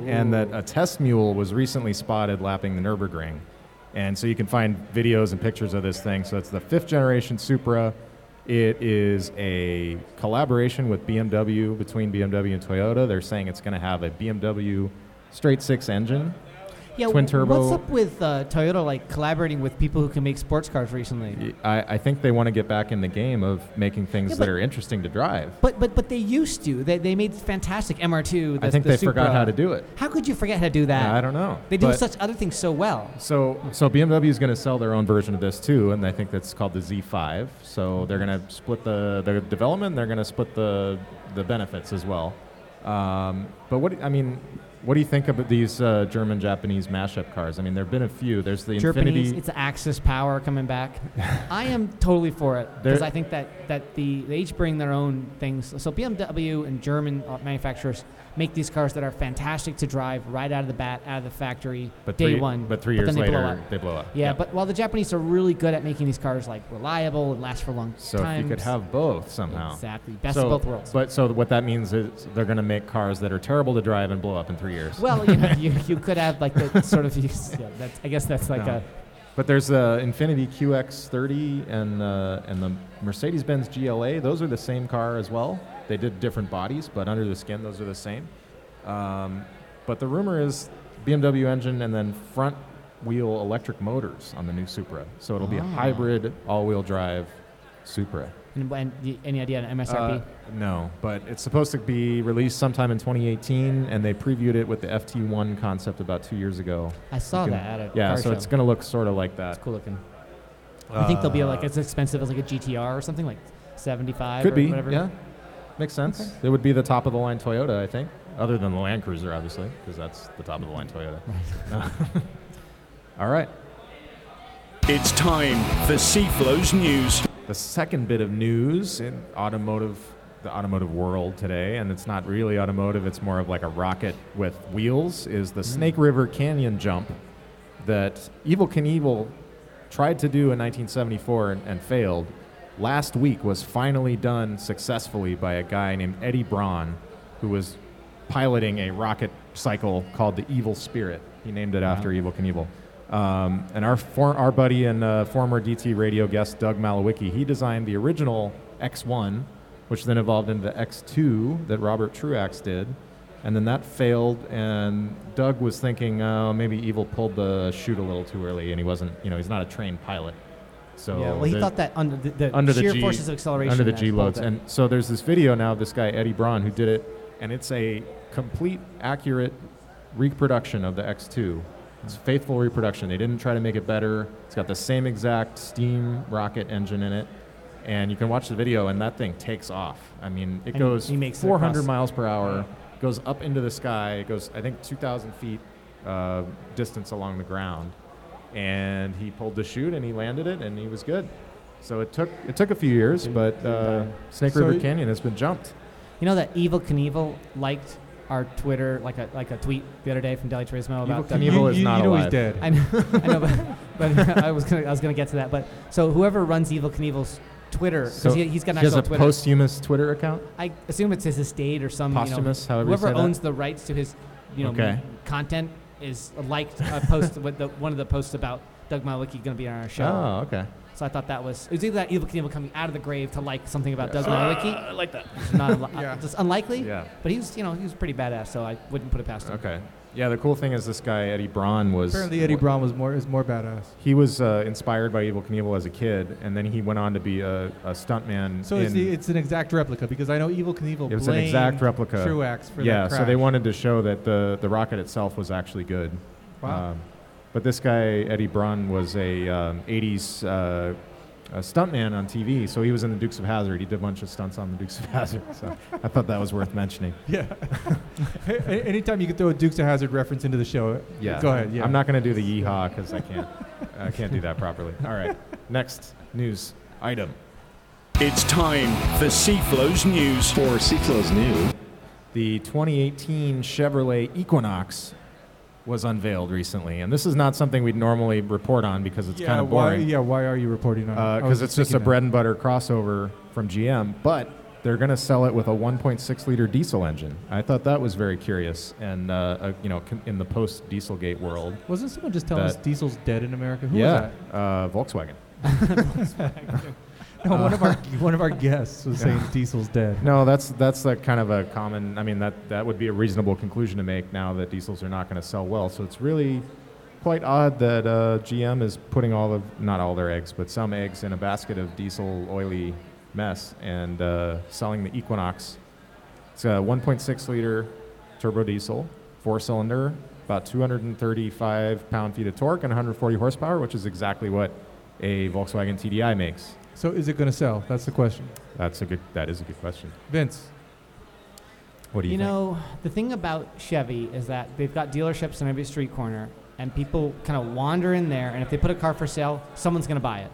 Speaker 3: and that a test mule was recently spotted lapping the Nurburgring. And so you can find videos and pictures of this thing. So it's the fifth generation Supra. It is a collaboration with BMW between BMW and Toyota. They're saying it's going to have a BMW straight six engine.
Speaker 2: yeah,
Speaker 3: Twin
Speaker 2: wh-
Speaker 3: turbo.
Speaker 2: What's up with uh, Toyota like collaborating with people who can make sports cars recently?
Speaker 3: I, I think they want to get back in the game of making things
Speaker 2: Yeah,
Speaker 3: that
Speaker 2: but-
Speaker 3: are interesting to drive.
Speaker 2: But but but they used to. They, they made fantastic MR2. The,
Speaker 3: I think
Speaker 2: the
Speaker 3: they forgot
Speaker 2: Supra.
Speaker 3: how to do it.
Speaker 2: How could you forget how to do that?
Speaker 3: I don't know.
Speaker 2: They do
Speaker 3: But-
Speaker 2: such other things so well.
Speaker 3: So, so BMW is going to sell their own version of this too, and I think that's called the Z5. So they're going to split the, the development. They're going to split the the benefits as well. Um, but what I mean, what do you think about these uh, German Japanese mashup cars? I mean, there've been a few. There's the
Speaker 2: Japanese,
Speaker 3: Infinity.
Speaker 2: it's Axis power coming back. I am totally for it because
Speaker 3: There-
Speaker 2: I think that, that the they each bring their own things. So BMW and German uh, manufacturers make these cars that are fantastic to drive right out of the bat, out of the factory,
Speaker 3: But
Speaker 2: day
Speaker 3: three,
Speaker 2: one.
Speaker 3: But three years
Speaker 2: then they blow
Speaker 3: later,
Speaker 2: up.
Speaker 3: they blow up.
Speaker 2: Yeah, but while the Japanese are really good at making these cars like reliable and last for long
Speaker 3: so
Speaker 2: times,
Speaker 3: if you could have both somehow.
Speaker 2: exactly best
Speaker 3: so,
Speaker 2: of both worlds.
Speaker 3: But so what that means is they're going to make cars that are terrible to drive and blow up in three years.
Speaker 2: Well, you know, you, you could have like the sort of, yeah, that's, I guess that's like
Speaker 3: No.
Speaker 2: a,
Speaker 3: But there's uh, Infinity QX30 and uh, and the Mercedes-Benz GLA. Those are the same car as well. They did different bodies, but under the skin, those are the same. Um, but the rumor is BMW engine and then front wheel electric motors on the new Supra. So it'll be a
Speaker 2: Ah.
Speaker 3: hybrid all-wheel drive Supra.
Speaker 2: and, and the- any idea on MSRP?
Speaker 3: Uh, no, but it's supposed to be released sometime in 2018, and they previewed it with the FT1 concept about two years ago.
Speaker 2: I saw
Speaker 3: you can-
Speaker 2: that at a
Speaker 3: Yeah,
Speaker 2: car
Speaker 3: so
Speaker 2: show.
Speaker 3: it's going to look sort of like that.
Speaker 2: It's cool looking. I think they'll be like
Speaker 3: Uh,
Speaker 2: as expensive as like a GTR or something like 75
Speaker 3: Could
Speaker 2: or
Speaker 3: be,
Speaker 2: whatever.
Speaker 3: yeah. Makes sense. It would be the top of the line Toyota, I think, other than the Land Cruiser, obviously, because that's the top of the line Toyota. All right.
Speaker 1: It's time for Seaflow's news.
Speaker 3: The second bit of news in automotive, the automotive world today, and it's not really automotive, it's more of like a rocket with wheels, is the
Speaker 2: Mm.
Speaker 3: Snake River Canyon jump that Evil Knievel tried to do in 1974 and, and failed. Last week was finally done successfully by a guy named Eddie Braun, who was piloting a rocket cycle called the Evil Spirit. He named it after Evil Knievel. Um, and our, for, our buddy and uh, former DT radio guest, Doug Malowicki, he designed the original X1, which then evolved into the X2 that Robert Truax did. And then that failed, and Doug was thinking uh, maybe Evil pulled the chute a little too early, and he wasn't, you know, he's not a trained pilot. So
Speaker 2: Yeah, well, he
Speaker 3: the-
Speaker 2: thought that under the, the
Speaker 3: under
Speaker 2: sheer
Speaker 3: the G,
Speaker 2: forces of acceleration.
Speaker 3: under the
Speaker 2: that
Speaker 3: G
Speaker 2: pulled
Speaker 3: loads.
Speaker 2: it.
Speaker 3: And so there's this video now of this guy Eddie Braun who did it, and it's a complete, accurate reproduction of the X2. It's a faithful reproduction. They didn't try to make it better. It's got the same exact steam rocket engine in it, and you can watch the video, and that thing takes off. I mean, it
Speaker 2: And
Speaker 3: goes
Speaker 2: he makes it
Speaker 3: 400
Speaker 2: across-
Speaker 3: miles per hour, goes up into the sky, it goes I think 2,000 feet uh, distance along the ground, and he pulled the chute and he landed it, and he was good. So it took it took a few years, but uh, Snake
Speaker 4: So
Speaker 3: River
Speaker 4: you-
Speaker 3: Canyon has been jumped.
Speaker 2: you know that Evil Knievel liked our Twitter, like a like a tweet the other day from Deli Turismo about
Speaker 3: Knievel
Speaker 2: the-
Speaker 3: Evil is
Speaker 4: you,
Speaker 3: not
Speaker 4: you know
Speaker 3: alive.
Speaker 4: he's dead.
Speaker 2: I know, I know, but, but I was gonna I was gonna get to that. But so whoever runs Evil Knievel's Twitter, because
Speaker 3: So
Speaker 2: he, has got an
Speaker 3: he has
Speaker 2: actual
Speaker 3: a
Speaker 2: Twitter.
Speaker 3: posthumous Twitter account.
Speaker 2: I assume it's his estate or some
Speaker 3: Posthumous,
Speaker 2: You know,
Speaker 3: however you
Speaker 2: whoever
Speaker 3: say that.
Speaker 2: owns the rights to his, you know,
Speaker 3: Okay.
Speaker 2: content is liked a post with the, one of the posts about Doug Malicki going to be on our show.
Speaker 3: Oh, okay.
Speaker 2: So I thought that was it was either that Evil Knievel coming out of the grave to like something about Doug Malicki. Uh, I like that. Not unli- uh,
Speaker 4: Yeah.
Speaker 2: just unlikely.
Speaker 3: Yeah.
Speaker 2: But he was, you know, he was pretty badass, so I wouldn't put it past him.
Speaker 3: Okay. Yeah, the cool thing is this guy Eddie Braun was
Speaker 4: Apparently, Eddie Braun was more is more badass.
Speaker 3: He was uh, inspired by Evil Knievel as a kid, and then he went on to be a, a stuntman.
Speaker 4: So
Speaker 3: in,
Speaker 4: it's, the, it's an exact replica because I know Evil Knievel.
Speaker 3: It was an
Speaker 4: blamed
Speaker 3: exact replica.
Speaker 4: Truax for
Speaker 3: yeah,
Speaker 4: that crash.
Speaker 3: so they wanted to show that the, the rocket itself was actually good.
Speaker 4: Wow.
Speaker 3: Um, but this guy, Eddie Braun, was a um, 80s uh, a stuntman on TV, so he was in the Dukes of Hazard. He did a bunch of stunts on the Dukes of Hazard, so I thought that was worth mentioning.
Speaker 4: Yeah. A- a- Anytime you can throw a Dukes of Hazard reference into the show,
Speaker 3: Yeah.
Speaker 4: Go ahead. Yeah.
Speaker 3: I'm not going to do the yeehaw because I can't. I can't do that properly. All right. Next news item.
Speaker 1: It's time for Seaflow's news.
Speaker 8: For Seaflow's new
Speaker 3: The 2018 Chevrolet Equinox was unveiled recently, and this is not something we'd normally report on because it's
Speaker 4: yeah,
Speaker 3: kind of
Speaker 4: why,
Speaker 3: boring.
Speaker 4: yeah. Why are you reporting on? it? Oh, I
Speaker 3: because
Speaker 4: was
Speaker 3: Uh, it's just a
Speaker 4: thinking
Speaker 3: bread and butter crossover from GM, but they're going to sell it with a 1.6 liter diesel engine. I thought that was very curious, and uh, uh, you know, con- in the post Dieselgate world,
Speaker 4: that. Wasn't someone just telling us
Speaker 3: that-
Speaker 4: Diesel's dead in America? Who
Speaker 3: yeah, Uh, Volkswagen.
Speaker 4: was that? No, one of our one of our guests was saying Diesel's dead.
Speaker 3: No, that's that's a kind of a common. I mean, that that would be a reasonable conclusion to make now that diesels are not going to sell well. So it's really quite odd that uh, GM is putting all of not all their eggs, but some eggs in a basket of diesel oily mess and uh, selling the Equinox. It's a 1.6 liter turbo diesel, four cylinder, about 235 pound feet of torque and 140 horsepower, which is exactly what a Volkswagen TDI makes.
Speaker 4: So is it going to sell? That's the question.
Speaker 3: That's a good. That is a good question.
Speaker 4: Vince,
Speaker 3: What do
Speaker 2: You,
Speaker 3: you, think?
Speaker 2: know, the thing about Chevy is that they've got dealerships on every street corner, and people kind of wander in there, and if they put a car for sale, someone's going to buy it.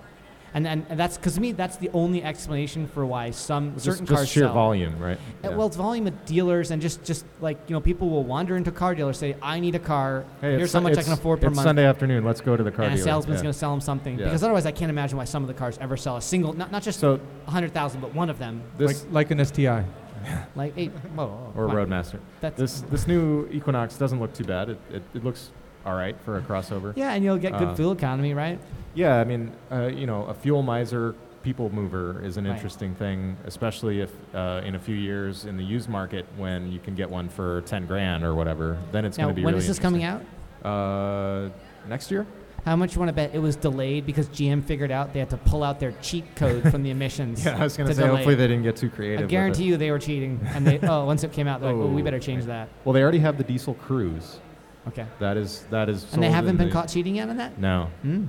Speaker 2: And, and, and that's because to me that's the only explanation for why some
Speaker 3: Just-
Speaker 2: certain
Speaker 3: just
Speaker 2: cars
Speaker 3: sheer
Speaker 2: sell.
Speaker 3: volume, right?
Speaker 2: Uh,
Speaker 3: Yeah.
Speaker 2: Well, it's volume of dealers and just just like you know people will wander into car dealers say I need a car.
Speaker 3: Hey,
Speaker 2: Here's
Speaker 3: it's
Speaker 2: how
Speaker 3: Sun-
Speaker 2: much I
Speaker 3: it's-
Speaker 2: can afford per
Speaker 3: it's
Speaker 2: month.
Speaker 3: Sunday afternoon. Let's go to the car
Speaker 2: and a
Speaker 3: dealer.
Speaker 2: salesman's
Speaker 3: Yeah.
Speaker 2: going to sell them something
Speaker 3: Yeah.
Speaker 2: because otherwise I can't imagine why some of the cars ever sell a single not not just
Speaker 3: So
Speaker 2: a hundred thousand but one of them.
Speaker 3: this
Speaker 4: like, like an STI.
Speaker 2: like eight. Whoa, whoa,
Speaker 3: or
Speaker 2: fine.
Speaker 3: Roadmaster.
Speaker 2: That's
Speaker 3: This this new Equinox doesn't look too bad. It, it, it looks all right for a crossover.
Speaker 2: yeah, and you'll get good
Speaker 3: Uh,
Speaker 2: fuel economy, right?
Speaker 3: Yeah, I mean, uh, you know, a fuel miser people mover is an
Speaker 2: Right.
Speaker 3: interesting thing, especially if uh, in a few years in the used market when you can get one for 10 grand or whatever, then it's
Speaker 2: Now,
Speaker 3: going
Speaker 2: when
Speaker 3: to
Speaker 2: is
Speaker 3: be really
Speaker 2: this coming out?
Speaker 3: interesting. Uh, next year?
Speaker 2: How much you want to bet it was delayed because GM figured out they had to pull out their cheat code from the emissions?
Speaker 3: Yeah, I was going
Speaker 2: to
Speaker 3: to say
Speaker 2: delay
Speaker 3: hopefully
Speaker 2: it.
Speaker 3: they didn't get too creative.
Speaker 2: I
Speaker 3: with it.
Speaker 2: guarantee you they were cheating, and they oh once it came out they're like, well, we
Speaker 3: Oh,
Speaker 2: better change that.
Speaker 3: Well, they already have the diesel cruise.
Speaker 2: Okay,
Speaker 3: That is that is
Speaker 2: and they
Speaker 3: sold
Speaker 2: haven't
Speaker 3: in
Speaker 2: been
Speaker 3: the-
Speaker 2: caught cheating yet on that.
Speaker 3: No.
Speaker 2: Hmm,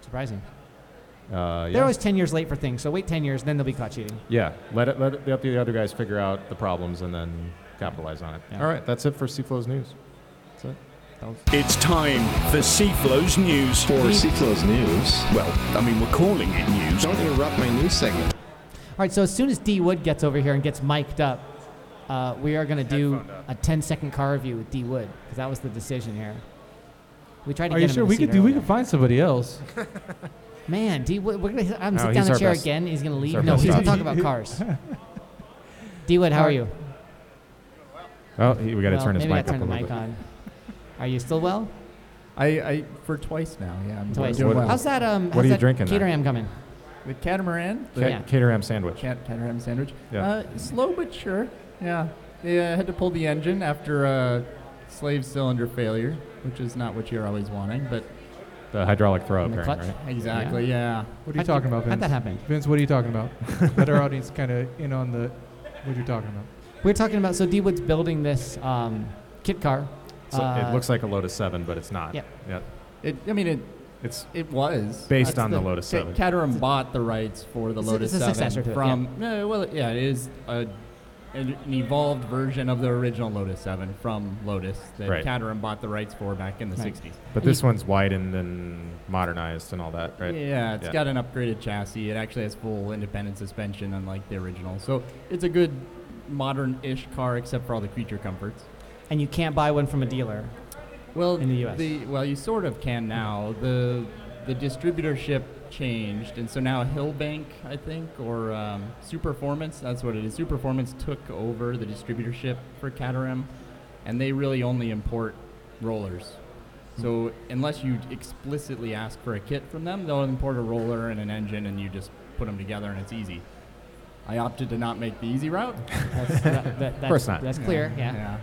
Speaker 2: surprising.
Speaker 3: Uh,
Speaker 2: They're
Speaker 3: yeah.
Speaker 2: always ten years late for things, so wait ten years, then they'll be caught cheating.
Speaker 3: Yeah, let it, let, it, let the other guys figure out the problems and then capitalize on it.
Speaker 2: Yeah.
Speaker 3: All right, that's it for Seaflow's news.
Speaker 1: It's time for Seaflow's news.
Speaker 8: For Seaflow's news,
Speaker 1: Well, I mean, we're calling it news.
Speaker 8: don't interrupt my news segment.
Speaker 2: All right, so as soon as D Wood gets over here and gets mic'd up, uh, we are going to do a 10 second car review with D Wood because that was the decision here. We tried to
Speaker 4: Are
Speaker 2: get
Speaker 4: you
Speaker 2: him
Speaker 4: sure
Speaker 2: in a
Speaker 4: we
Speaker 2: seat
Speaker 4: could do? We
Speaker 2: earlier.
Speaker 4: could find somebody else.
Speaker 2: Man, D Wood, we're going to I'm
Speaker 3: No,
Speaker 2: sit
Speaker 3: Oh, he's
Speaker 2: down in
Speaker 3: our
Speaker 2: the chair
Speaker 3: best-
Speaker 2: again. He's going to
Speaker 3: he's
Speaker 2: leave.
Speaker 3: our
Speaker 2: No,
Speaker 3: best
Speaker 2: he's going to talk
Speaker 4: option.
Speaker 2: about cars. D Wood, how are you?
Speaker 3: Oh, he- we got to
Speaker 2: Well,
Speaker 3: turn his
Speaker 2: maybe I
Speaker 3: mic
Speaker 2: gotta
Speaker 3: up a
Speaker 2: turn the
Speaker 3: little
Speaker 2: mic
Speaker 3: bit.
Speaker 2: on. Are you still well?
Speaker 9: I, I for twice now. Yeah, I'm
Speaker 2: Twice.
Speaker 9: doing well.
Speaker 2: How's that? Um,
Speaker 3: What
Speaker 2: how's
Speaker 3: are you
Speaker 2: that
Speaker 3: drinking there?
Speaker 2: Caterham coming.
Speaker 9: the catamaran? The
Speaker 3: Ca-
Speaker 2: Yeah.
Speaker 3: Caterham sandwich.
Speaker 9: cat catamaran sandwich.
Speaker 3: Yeah.
Speaker 9: Uh, slow but sure. Yeah, they uh, had to pull the engine after a slave cylinder failure, which is not what you're always wanting. But
Speaker 3: The hydraulic throw,
Speaker 2: In the
Speaker 3: apparently.
Speaker 2: clutch?
Speaker 3: Right?
Speaker 9: exactly, yeah.
Speaker 4: What are you talking about,
Speaker 2: How'd that
Speaker 4: Vince?
Speaker 2: happen?
Speaker 4: Vince, what are you talking about? Let our audience kind of in on the what you're talking about.
Speaker 2: We're talking about, so D Wood's building this um, kit car.
Speaker 3: So
Speaker 2: Uh,
Speaker 3: it looks like a Lotus Seven, but it's not.
Speaker 2: yeah.
Speaker 9: It, I mean, it
Speaker 3: It's
Speaker 9: it was
Speaker 3: based
Speaker 2: That's
Speaker 3: on the,
Speaker 2: the-
Speaker 3: Lotus Seven.
Speaker 9: Caterham bought the rights for the
Speaker 2: It's a-
Speaker 9: Lotus
Speaker 2: it's a
Speaker 9: 7
Speaker 2: successor to it,
Speaker 9: from no, well, yeah, it is a, an an evolved version of the original Lotus 7 from Lotus that
Speaker 3: Right.
Speaker 9: Caterham bought the rights for back in the
Speaker 2: Right.
Speaker 9: 60s.
Speaker 3: but this one's widened and modernized and all that, right?
Speaker 9: Yeah, it's
Speaker 3: Yeah.
Speaker 9: got an upgraded chassis. It actually has full independent suspension, unlike the original. So it's a good modern-ish car, except for all the creature comforts.
Speaker 2: And you can't buy one from a dealer.
Speaker 9: Well,
Speaker 2: In the US.
Speaker 9: well, you sort of can now. The the distributorship changed, and so now Hillbank, I think, or um, Superformance, that's what it is. Superformance took over the distributorship for Caterham, and they really only import rollers. So unless you explicitly ask for a kit from them, they'll import a roller and an engine, and you just put them together, and it's easy. I opted to not make the easy route.
Speaker 2: That's, that, that, that's,
Speaker 3: course not.
Speaker 2: That's clear, yeah.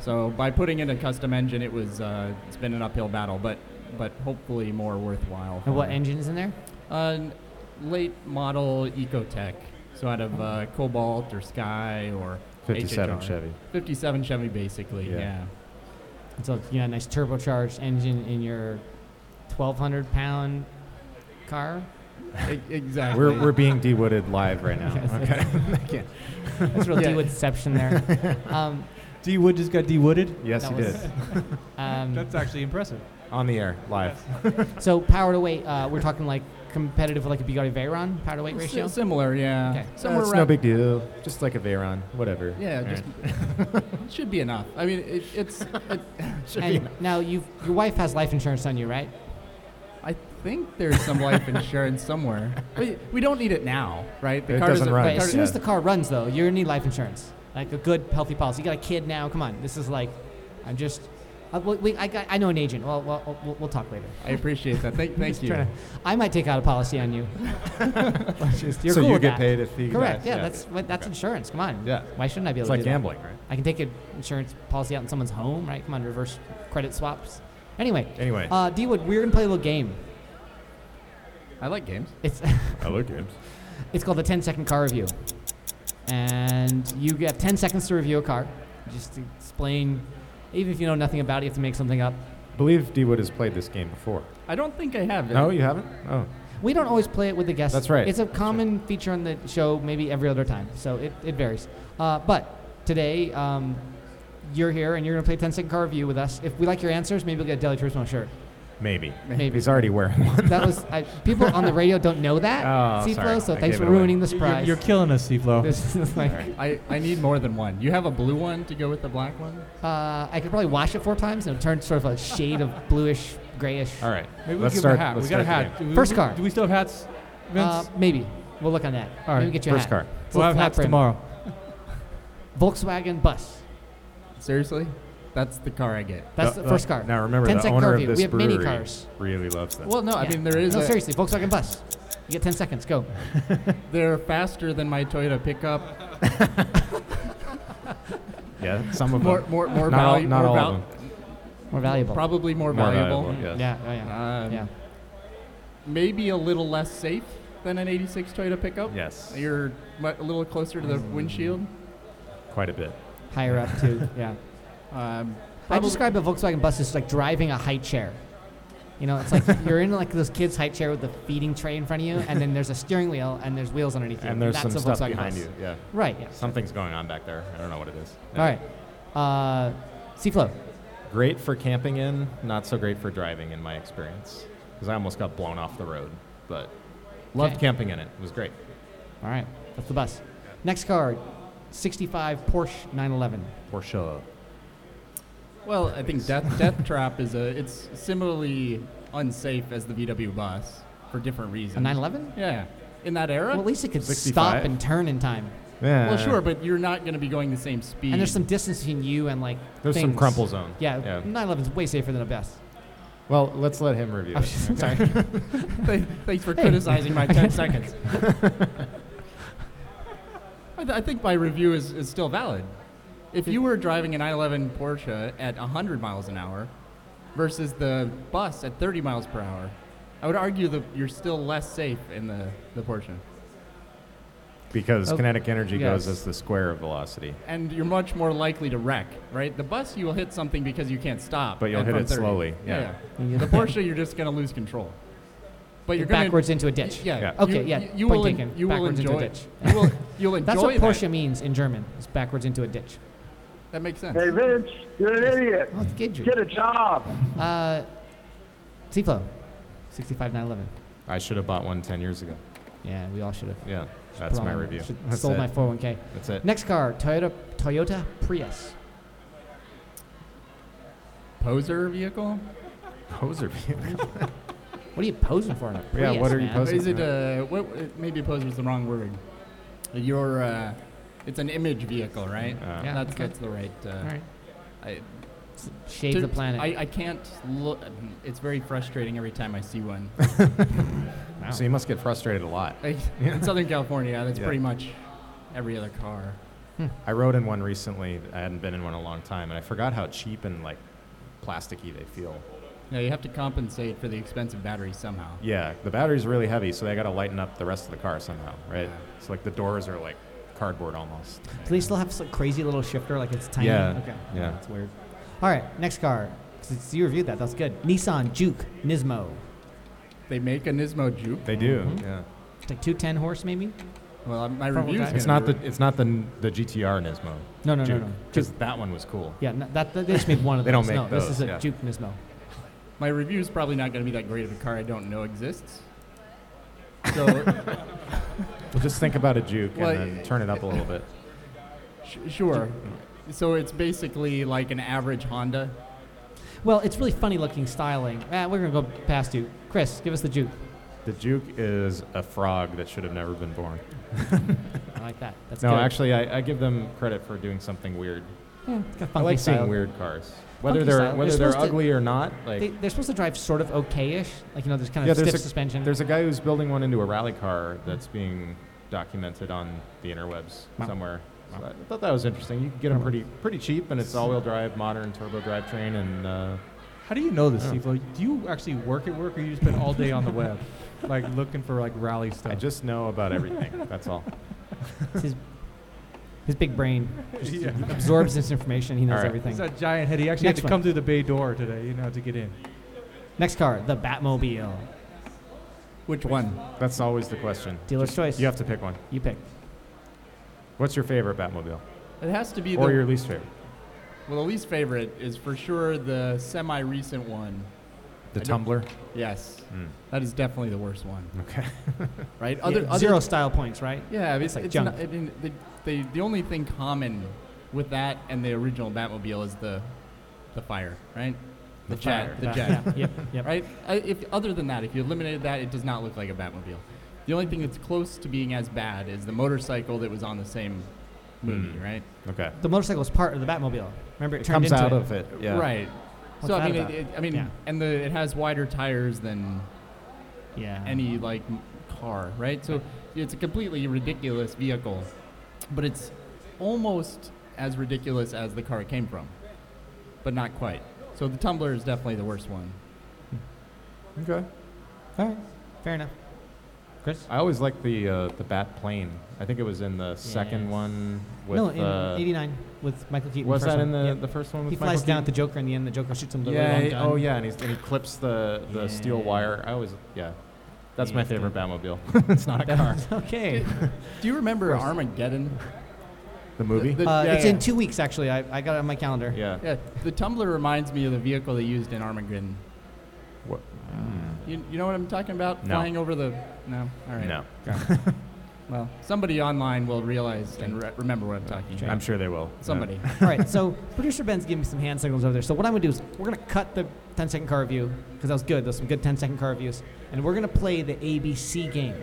Speaker 9: So by putting in a custom engine, it was uh, it's been an uphill battle, but but hopefully more worthwhile.
Speaker 2: And what
Speaker 9: for-
Speaker 2: engine is in there?
Speaker 9: Uh, late model Ecotech, so out of uh, Cobalt or Sky or
Speaker 3: 57
Speaker 9: HHR.
Speaker 3: Chevy.
Speaker 9: 57 Chevy, basically.
Speaker 3: Yeah.
Speaker 9: Yeah.
Speaker 2: And So you got a nice turbocharged engine in your 1,200 pound car.
Speaker 9: E- exactly.
Speaker 3: We're, we're being de-wooded live right now. okay.
Speaker 2: That's real
Speaker 9: Yeah.
Speaker 2: deception there. Um,
Speaker 4: D Wood just got D Wooded.
Speaker 3: Yes,
Speaker 2: That
Speaker 3: you
Speaker 2: was-
Speaker 3: did.
Speaker 2: um,
Speaker 4: That's actually impressive.
Speaker 3: On the air, live.
Speaker 2: so power to weight, uh, we're talking like competitive with like a Bugatti Veyron power to weight
Speaker 9: S-
Speaker 2: ratio.
Speaker 9: similar, yeah.
Speaker 2: Okay.
Speaker 9: Somewhere
Speaker 3: it's
Speaker 9: around,
Speaker 3: no big deal. Just like a Veyron, whatever.
Speaker 9: Yeah,
Speaker 3: All
Speaker 9: just
Speaker 3: right.
Speaker 9: should be enough. I mean, it, it's. It,
Speaker 2: And now you your wife has life insurance on you, right?
Speaker 9: I think there's some life insurance somewhere. We, we don't need it now, right?
Speaker 3: It doesn't run.
Speaker 2: Right. As soon
Speaker 3: yeah.
Speaker 2: as the car runs, though, you're gonna need life insurance, like a good healthy policy. You got a kid now. Come on, this is like, I'm just. Uh, we, we, I, got, I know an agent. Well, well, we'll, we'll talk later.
Speaker 9: I appreciate that. Thank, thank you.
Speaker 2: Tryna- I might take out a policy on you. Just- you're
Speaker 3: so
Speaker 2: cool
Speaker 3: you
Speaker 2: with
Speaker 3: get
Speaker 2: that.
Speaker 3: paid if you
Speaker 2: Correct.
Speaker 3: guys-
Speaker 2: Yeah, that's what, that's insurance. Come on.
Speaker 3: Yeah.
Speaker 2: Why shouldn't I be able
Speaker 3: It's
Speaker 2: to
Speaker 3: like
Speaker 2: do that?
Speaker 3: gambling, right?
Speaker 2: I can take an insurance policy out in someone's home, right? Come on, reverse credit swaps. Anyway,
Speaker 3: Anyway,
Speaker 2: uh, D Wood, we're gonna play a little game.
Speaker 9: I like games.
Speaker 2: It's
Speaker 3: I like games.
Speaker 2: it's called the 10 second car review, and you get 10 seconds to review a car. Just to explain, even if you know nothing about it, you have to make something up.
Speaker 3: I believe D Wood has played this game before.
Speaker 9: I don't think I have.
Speaker 3: No, you haven't. Oh,
Speaker 2: We don't always play it with the guests.
Speaker 3: That's right.
Speaker 2: It's a
Speaker 3: That's
Speaker 2: common feature on the show, maybe every other time. So it, it varies. Uh, but today, um, you're here and you're going to play 10 Second Car Review with us. If we like your answers, maybe we'll get a Deli Turismo shirt.
Speaker 3: maybe.
Speaker 2: Maybe.
Speaker 3: He's already wearing one.
Speaker 2: that was I, People on the radio don't know that,
Speaker 3: Oh,
Speaker 2: Seaflow,
Speaker 3: sorry.
Speaker 2: so thanks
Speaker 3: I gave
Speaker 2: for
Speaker 3: it away.
Speaker 2: ruining the
Speaker 4: You're,
Speaker 2: surprise.
Speaker 4: you're killing us, Steve Lowe.
Speaker 2: This is like,
Speaker 9: I, I need more than one. You have a blue one to go with the black one?
Speaker 2: uh, I could probably wash it four times and it turned sort of a shade of bluish, grayish.
Speaker 3: All right.
Speaker 4: Maybe we
Speaker 3: let's
Speaker 4: give
Speaker 3: start.
Speaker 4: him a hat.
Speaker 3: Let's
Speaker 4: We got a
Speaker 3: start the
Speaker 4: hat. Do we-
Speaker 2: First car.
Speaker 4: Do we still have hats, Vince?
Speaker 2: Uh, maybe. We'll look on that.
Speaker 4: All right.
Speaker 2: Maybe get your
Speaker 3: First
Speaker 2: hat.
Speaker 3: car.
Speaker 2: It's a
Speaker 4: we'll have
Speaker 2: flat
Speaker 4: hats
Speaker 2: brim.
Speaker 4: tomorrow.
Speaker 2: Volkswagen bus.
Speaker 9: Seriously? That's the car I get.
Speaker 2: That's the, first car.
Speaker 3: Uh, Now remember,
Speaker 2: 10
Speaker 3: the
Speaker 2: second
Speaker 3: owner
Speaker 2: car
Speaker 3: of
Speaker 2: view.
Speaker 3: this
Speaker 2: We have
Speaker 3: brewery
Speaker 2: many cars.
Speaker 3: really loves them.
Speaker 9: Well, no, I
Speaker 2: Yeah.
Speaker 9: mean there is
Speaker 2: No,
Speaker 9: a,
Speaker 2: seriously, Volkswagen bus. You get 10 seconds. Go.
Speaker 9: they're faster than my Toyota pickup.
Speaker 3: yeah, some of
Speaker 9: More
Speaker 3: them.
Speaker 9: more more
Speaker 3: Not all-
Speaker 9: valuable.
Speaker 3: not all of
Speaker 2: More valuable.
Speaker 9: Probably more,
Speaker 3: More
Speaker 9: valuable.
Speaker 3: valuable, yes.
Speaker 2: Yeah, oh yeah,
Speaker 9: Um,
Speaker 2: yeah.
Speaker 9: Maybe a little less safe than an '86 Toyota pickup.
Speaker 3: Yes,
Speaker 9: You're mu- a little closer to the windshield.
Speaker 3: quite a bit.
Speaker 2: Higher up too. Yeah.
Speaker 9: Um,
Speaker 2: I
Speaker 9: probably-
Speaker 2: describe a Volkswagen bus as like driving a high chair. You know, it's like you're in like those kids' high chair with the feeding tray in front of you, and then there's a steering wheel and there's wheels underneath you.
Speaker 3: And there's
Speaker 2: That's
Speaker 3: some
Speaker 2: a
Speaker 3: stuff
Speaker 2: Volkswagen
Speaker 3: behind
Speaker 2: bus.
Speaker 3: you. Yeah,
Speaker 2: Right. Yeah.
Speaker 3: something's going on back there. I don't know what it is.
Speaker 2: All right. Uh, Seaflow.
Speaker 3: Great for camping in, not so great for driving in my experience, because I almost got blown off the road. But loved
Speaker 2: Okay.
Speaker 3: camping in it. It was great.
Speaker 2: All right. That's the bus. Next car, 65 Porsche 911.
Speaker 3: For sure.
Speaker 9: Well, I think Death, Death Trap is a. It's similarly unsafe as the VW bus for different reasons.
Speaker 2: A 911?
Speaker 9: Yeah. In that era.
Speaker 2: Well, at least it could stop
Speaker 3: 65?
Speaker 2: and turn in time.
Speaker 3: Yeah.
Speaker 9: Well, sure, but you're not going to be going the same speed.
Speaker 2: And there's some distance between you and like.
Speaker 3: There's some
Speaker 2: things.
Speaker 3: crumple zone.
Speaker 2: Yeah, 911 is way safer than a bus.
Speaker 3: Well, let's let him review it.
Speaker 2: Sorry.
Speaker 9: Th- Thanks for criticizing my 10 seconds. I, th- I think my review is, is still valid. If you were driving a 911 Porsche at 100 miles an hour versus the bus at 30 miles per hour, I would argue that you're still less safe in the, the Porsche.
Speaker 3: Because
Speaker 2: Oh,
Speaker 3: kinetic energy
Speaker 2: yes.
Speaker 3: goes as the square of velocity,
Speaker 9: And you're much more likely to wreck, right? The bus, you will hit something because you can't stop.
Speaker 3: But you'll
Speaker 9: at-
Speaker 3: hit
Speaker 9: from
Speaker 3: it slowly, yeah.
Speaker 9: The Porsche, you're just going to lose control. But you're going
Speaker 2: backwards into a ditch.
Speaker 9: Yeah.
Speaker 3: Yeah.
Speaker 2: Okay,
Speaker 9: You-
Speaker 2: yeah,
Speaker 9: You, you
Speaker 2: point
Speaker 9: will en-
Speaker 2: taken.
Speaker 9: you will
Speaker 2: Backwards into a
Speaker 9: enjoy
Speaker 2: ditch.
Speaker 9: it. You will, you'll enjoy
Speaker 2: That's what
Speaker 9: that.
Speaker 2: Porsche means in German. It's backwards into a ditch.
Speaker 9: That makes sense.
Speaker 10: Hey, Vince, you're an idiot.
Speaker 2: Oh, get you.
Speaker 10: Get a job.
Speaker 2: Uh, Seaflow, 65911.
Speaker 3: I should have bought one 10 years ago.
Speaker 2: Yeah, we all should have.
Speaker 3: Yeah, that's my
Speaker 2: probably
Speaker 3: review.
Speaker 2: should-
Speaker 3: That's
Speaker 2: Sold
Speaker 3: it.
Speaker 2: my 401k.
Speaker 3: That's it.
Speaker 2: Next car, Toyota Toyota Prius.
Speaker 9: Poser vehicle?
Speaker 3: Poser vehicle.
Speaker 2: What are you posing for in a
Speaker 3: Yeah,
Speaker 2: Prius?
Speaker 3: what are you
Speaker 2: man?
Speaker 3: posing-
Speaker 9: Is it a what, it- maybe poser is the wrong word. Your uh, it's an image vehicle, right?
Speaker 3: Uh,
Speaker 2: Yeah,
Speaker 9: that's
Speaker 2: okay.
Speaker 9: that's the right. Uh,
Speaker 2: All right.
Speaker 9: I,
Speaker 2: Shave
Speaker 9: to-
Speaker 2: the planet.
Speaker 9: I, I can't look. It's very frustrating every time I see one.
Speaker 2: Wow.
Speaker 3: So you must get frustrated a lot.
Speaker 9: Like, In Southern California, that's
Speaker 3: Yeah.
Speaker 9: pretty much every other car.
Speaker 3: I rode in one recently. I hadn't been in one in a long time, and I forgot how cheap and like plasticky they feel.
Speaker 9: Yeah, you have to compensate for the expensive battery somehow.
Speaker 3: Yeah, the battery's really heavy, so they got to lighten up the rest of the car somehow, right?
Speaker 9: Yeah.
Speaker 3: It's like the doors are like cardboard almost.
Speaker 2: Do they still have some crazy little shifter? Like it's tiny.
Speaker 3: Yeah,
Speaker 2: Okay.
Speaker 3: yeah.
Speaker 2: That's weird. All right, next car. 'Cause you reviewed that. That's good. Nissan Juke Nismo.
Speaker 9: They make a Nismo Juke.
Speaker 3: They do. Yeah.
Speaker 2: It's like 210 horse, maybe?
Speaker 9: Well, my
Speaker 2: Front-wheel
Speaker 9: review's
Speaker 2: drive.
Speaker 3: It's
Speaker 9: gonna
Speaker 3: not
Speaker 9: be-
Speaker 3: the it's not the the GTR Nismo.
Speaker 2: No, no, no, no.
Speaker 3: Because that one was cool.
Speaker 2: Yeah, no, that, that- they just made one of
Speaker 3: They
Speaker 2: those.
Speaker 3: don't
Speaker 2: no,
Speaker 3: make
Speaker 2: this
Speaker 3: those,
Speaker 2: is a
Speaker 3: yeah.
Speaker 2: Juke Nismo.
Speaker 9: My review's probably not going to be that great of a car I don't know exists. So
Speaker 3: Well, just think about a Juke
Speaker 9: Well,
Speaker 3: and then turn it up a little bit.
Speaker 9: sh- sure. So it's basically like an average Honda.
Speaker 2: Well, it's really funny looking styling. Ah, we're gonna go past you, Chris. Give us the juke.
Speaker 3: The Juke is a frog that should have never been born.
Speaker 2: I like that. That's
Speaker 3: No,
Speaker 2: good.
Speaker 3: actually, I, I give them credit for doing something weird.
Speaker 2: It's got
Speaker 3: I
Speaker 2: funky
Speaker 3: like
Speaker 2: style.
Speaker 3: seeing weird cars, whether
Speaker 2: Funky
Speaker 3: they're
Speaker 2: style.
Speaker 3: whether
Speaker 2: They're
Speaker 3: they're
Speaker 2: supposed to-
Speaker 3: ugly or not. Like
Speaker 2: They, they're supposed to drive sort of okay-ish, like you know, there's kind of
Speaker 3: Yeah, there's
Speaker 2: stiff
Speaker 3: a-
Speaker 2: suspension.
Speaker 3: there's a guy who's building one into a rally car that's being documented on the interwebs
Speaker 2: Wow.
Speaker 3: somewhere. So I thought that was interesting. You can get them pretty pretty cheap, and it's all-wheel drive, modern turbo drivetrain, and uh,
Speaker 4: How do you know this, Steve? Like, do you actually work at work, or you just spend all day on the web, like looking for like rally stuff?
Speaker 3: I just know about everything. that's all.
Speaker 2: It's his, his big brain just absorbs this information. He knows
Speaker 3: Alright.
Speaker 2: everything.
Speaker 4: He's a giant head. He actually
Speaker 2: Next
Speaker 4: had
Speaker 2: one.
Speaker 4: to come through the bay door today, you know, to get in.
Speaker 2: Next car, the Batmobile.
Speaker 9: Which one?
Speaker 3: That's always the question.
Speaker 2: Dealer's choice.
Speaker 3: You have to pick one.
Speaker 2: You pick.
Speaker 3: What's your favorite Batmobile,
Speaker 9: It has to be
Speaker 3: or
Speaker 9: the
Speaker 3: your least favorite?
Speaker 9: well, the least favorite is for sure the semi-recent one.
Speaker 3: The
Speaker 9: I don't-
Speaker 3: tumbler.
Speaker 9: Yes,
Speaker 3: Mm.
Speaker 9: that is definitely the worst one.
Speaker 3: Okay.
Speaker 9: Right?
Speaker 2: Yeah, zero style points, right?
Speaker 9: Yeah,
Speaker 2: It's
Speaker 9: it's,
Speaker 2: like
Speaker 9: it's
Speaker 2: junk.
Speaker 9: not- I mean, the, the, the only thing common with that and the original Batmobile is the the fire, right? The, jet,
Speaker 3: fire.
Speaker 9: the
Speaker 2: Bat-
Speaker 9: jet.
Speaker 2: Yeah. yep. Yep.
Speaker 9: right? I, if other than that, if you eliminated that, it does not look like a Batmobile. The only thing that's close to being as bad is the motorcycle that was on the same movie,
Speaker 3: Hmm.
Speaker 9: right?
Speaker 3: Okay.
Speaker 2: The motorcycle is part of the Batmobile. Remember, it,
Speaker 9: It
Speaker 2: turned
Speaker 3: comes
Speaker 2: into
Speaker 3: out
Speaker 2: it.
Speaker 3: of it, yeah.
Speaker 9: Right.
Speaker 2: What's
Speaker 9: so I
Speaker 2: that
Speaker 9: mean, it,
Speaker 2: about?
Speaker 9: it, I mean,
Speaker 2: Yeah.
Speaker 9: and the it has wider tires than
Speaker 2: yeah
Speaker 9: any like m- car, right? So it's a completely ridiculous vehicle, but it's almost as ridiculous as the car it came from, but not quite. So the tumbler is definitely the worst one.
Speaker 3: Okay. All right.
Speaker 2: Fair enough. Chris?
Speaker 3: I always liked the uh, the bat plane. I think it was in the second
Speaker 2: Yes.
Speaker 3: one with
Speaker 2: no, in
Speaker 3: uh,
Speaker 2: '89 with Michael Keaton.
Speaker 3: Was
Speaker 2: the first
Speaker 3: that in
Speaker 2: one.
Speaker 3: the,
Speaker 2: Yeah.
Speaker 3: the first one? With
Speaker 2: He flies
Speaker 3: Michael
Speaker 2: down at the
Speaker 3: Keaton?
Speaker 2: Joker, and the end, the Joker shoots him. with a
Speaker 3: yeah.
Speaker 2: long
Speaker 3: he-
Speaker 2: gun.
Speaker 3: oh yeah, and, he's, and he clips the the steel wire. I always yeah. That's
Speaker 2: Yeah,
Speaker 3: my
Speaker 2: it's good.
Speaker 3: favorite Batmobile. it's not a car.
Speaker 2: okay.
Speaker 9: Do you remember
Speaker 2: Of course.
Speaker 9: Armageddon?
Speaker 3: The movie.
Speaker 9: The-
Speaker 2: Uh,
Speaker 9: yeah,
Speaker 2: it's
Speaker 9: yeah.
Speaker 2: in two weeks actually. I, I got it on my calendar.
Speaker 3: yeah.
Speaker 9: Yeah, the tumbler reminds me of the vehicle they used in Armageddon.
Speaker 3: What? Hmm.
Speaker 9: You, you know what I'm talking about?
Speaker 3: No.
Speaker 9: Flying over the. No? All right.
Speaker 3: No.
Speaker 9: Well, somebody online will realize and re- remember what I'm talking
Speaker 3: I'm
Speaker 9: about.
Speaker 3: sure they will. Yeah.
Speaker 9: Somebody.
Speaker 2: All right, so producer Ben's giving me some hand signals over there. So what I'm gonna do is we're gonna cut the 10 second car review because that was good. There's some good 10 second car reviews, and we're gonna play the ABC game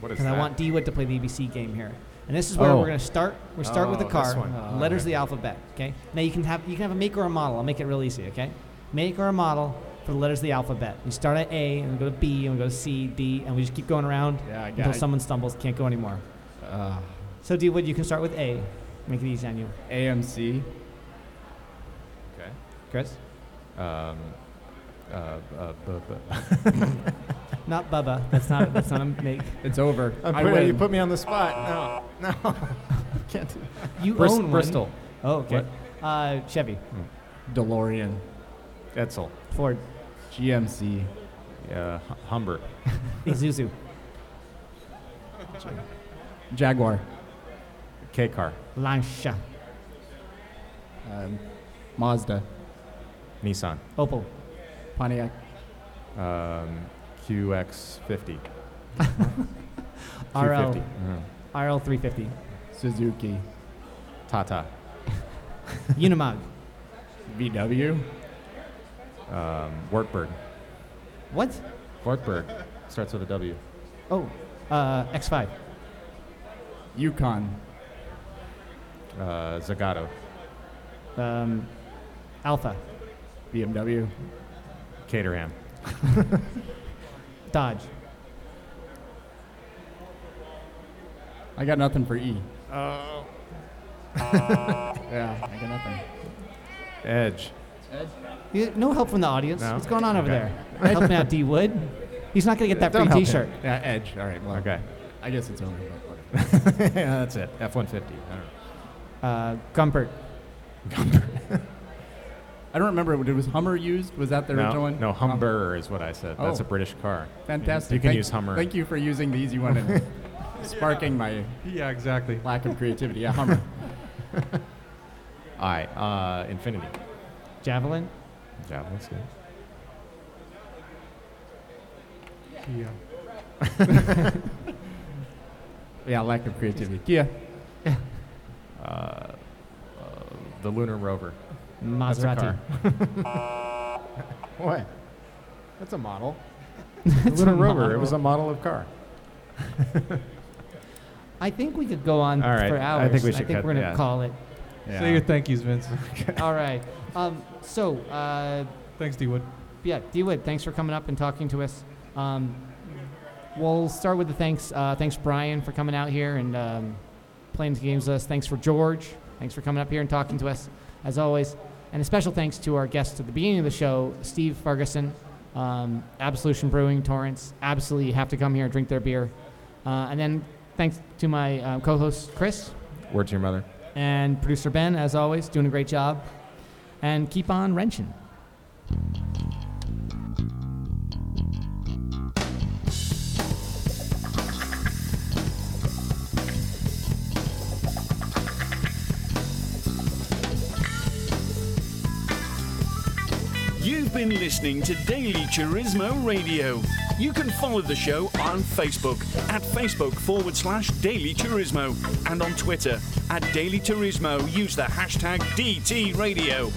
Speaker 3: What is
Speaker 2: because I
Speaker 3: that?
Speaker 2: want D Wood to play the ABC game here. And this is where
Speaker 3: Oh.
Speaker 2: we're gonna start. We start with the
Speaker 3: Oh, this
Speaker 2: car,
Speaker 3: one. Oh,
Speaker 2: letters of the alphabet. Okay. Now you can have you can have a make or a model. I'll make it real easy. Okay. Make or a model for the letters of the alphabet. You start at A and we go to B and we go to C, D, and we just keep going around
Speaker 9: Yeah, I got
Speaker 2: until
Speaker 9: it.
Speaker 2: someone stumbles, can't go anymore.
Speaker 9: Uh,
Speaker 2: So D Wood, you can start with A. Make it easy on you,
Speaker 9: AMC.
Speaker 3: Okay.
Speaker 2: Chris.
Speaker 3: Um, uh, uh, bu- bu-
Speaker 2: Not Bubba. That's not. That's not a make.
Speaker 9: It's over.
Speaker 3: I'm
Speaker 9: I
Speaker 3: putting-
Speaker 9: win.
Speaker 3: you put me on the spot. No, no. Can't do
Speaker 2: You
Speaker 3: Bris-
Speaker 2: own one.
Speaker 3: Bristol.
Speaker 2: Oh, okay. Uh, Chevy,
Speaker 9: DeLorean.
Speaker 3: Edsel.
Speaker 2: Ford,
Speaker 9: GMC.
Speaker 3: Yeah. Hu- Humber.
Speaker 2: Isuzu,
Speaker 9: Jaguar.
Speaker 3: K car.
Speaker 2: Lancia,
Speaker 9: Um, Mazda.
Speaker 3: Nissan.
Speaker 2: Opel,
Speaker 9: Pontiac.
Speaker 3: Um, QX50.
Speaker 2: RL,
Speaker 3: Q50. Mhm.
Speaker 2: RL 350,
Speaker 9: Suzuki.
Speaker 3: Tata.
Speaker 2: Unimog.
Speaker 9: VW.
Speaker 3: Um, Wartburg.
Speaker 2: What?
Speaker 3: Wartburg. Starts with a W.
Speaker 2: Oh, uh, X5,
Speaker 9: Yukon.
Speaker 3: Uh, Zagato.
Speaker 2: um, Alpha,
Speaker 9: BMW.
Speaker 3: Caterham.
Speaker 2: Dodge,
Speaker 9: I got nothing for E. Oh. yeah, I got nothing.
Speaker 3: Edge.
Speaker 2: You- No help from the audience.
Speaker 3: No?
Speaker 2: What's going on over
Speaker 3: Okay.
Speaker 2: there? Help me out, D Wood. He's not going to get that
Speaker 3: Don't
Speaker 2: free
Speaker 3: help him.
Speaker 2: T-shirt.
Speaker 9: Yeah, Edge. All right. Well,
Speaker 3: Okay.
Speaker 9: I guess it's over. but whatever.
Speaker 3: yeah, that's it. F150. I don't know.
Speaker 2: Uh, Gumpert,
Speaker 9: I don't remember. what- Was Hummer used? Was that the
Speaker 3: no,
Speaker 9: original one?
Speaker 3: No, Humber is what I said. That's
Speaker 9: Oh.
Speaker 3: a British car.
Speaker 9: Fantastic.
Speaker 3: You can
Speaker 9: Thank-
Speaker 3: use Hummer.
Speaker 9: Thank you for using the easy one and sparking my
Speaker 3: Yeah, exactly.
Speaker 9: lack of creativity. Yeah, Hummer.
Speaker 3: I. Uh, Infinity.
Speaker 2: Javelin,
Speaker 3: Yeah, that's good.
Speaker 9: Yeah, lack of creativity. Kia.
Speaker 3: The Lunar Rover. That's a
Speaker 2: Maserati.
Speaker 3: car. what? That's a model.
Speaker 2: It's
Speaker 3: Lunar
Speaker 2: a
Speaker 3: Rover. It
Speaker 2: model.
Speaker 3: was a model of car.
Speaker 2: I think we could go on
Speaker 3: All right.
Speaker 2: for hours.
Speaker 3: I think we should
Speaker 2: are
Speaker 3: cut-
Speaker 2: going to
Speaker 3: yeah.
Speaker 2: call it.
Speaker 4: Say your thank yous, Vince.
Speaker 2: All right. Um, so, uh,
Speaker 4: Thanks, D Wood.
Speaker 2: yeah, D Wood, thanks for coming up and talking to us. Um, we'll start with the thanks. Uh, thanks, Brian, for coming out here and um, playing the games with us. Thanks for George. Thanks for coming up here and talking to us, as always. And a special thanks to our guests at the beginning of the show, Steve Ferguson, um, Absolution Brewing, Torrance. Absolutely, you have to come here and drink their beer. Uh, and then thanks to my uh, co host, Chris.
Speaker 3: Word to your mother.
Speaker 2: And producer Ben, as always, doing a great job. And keep on wrenching.
Speaker 1: You've been listening to Daily Turismo Radio. You can follow the show on Facebook at Facebook forward slash Daily Turismo and on Twitter at Daily Turismo. Use the hashtag DT Radio.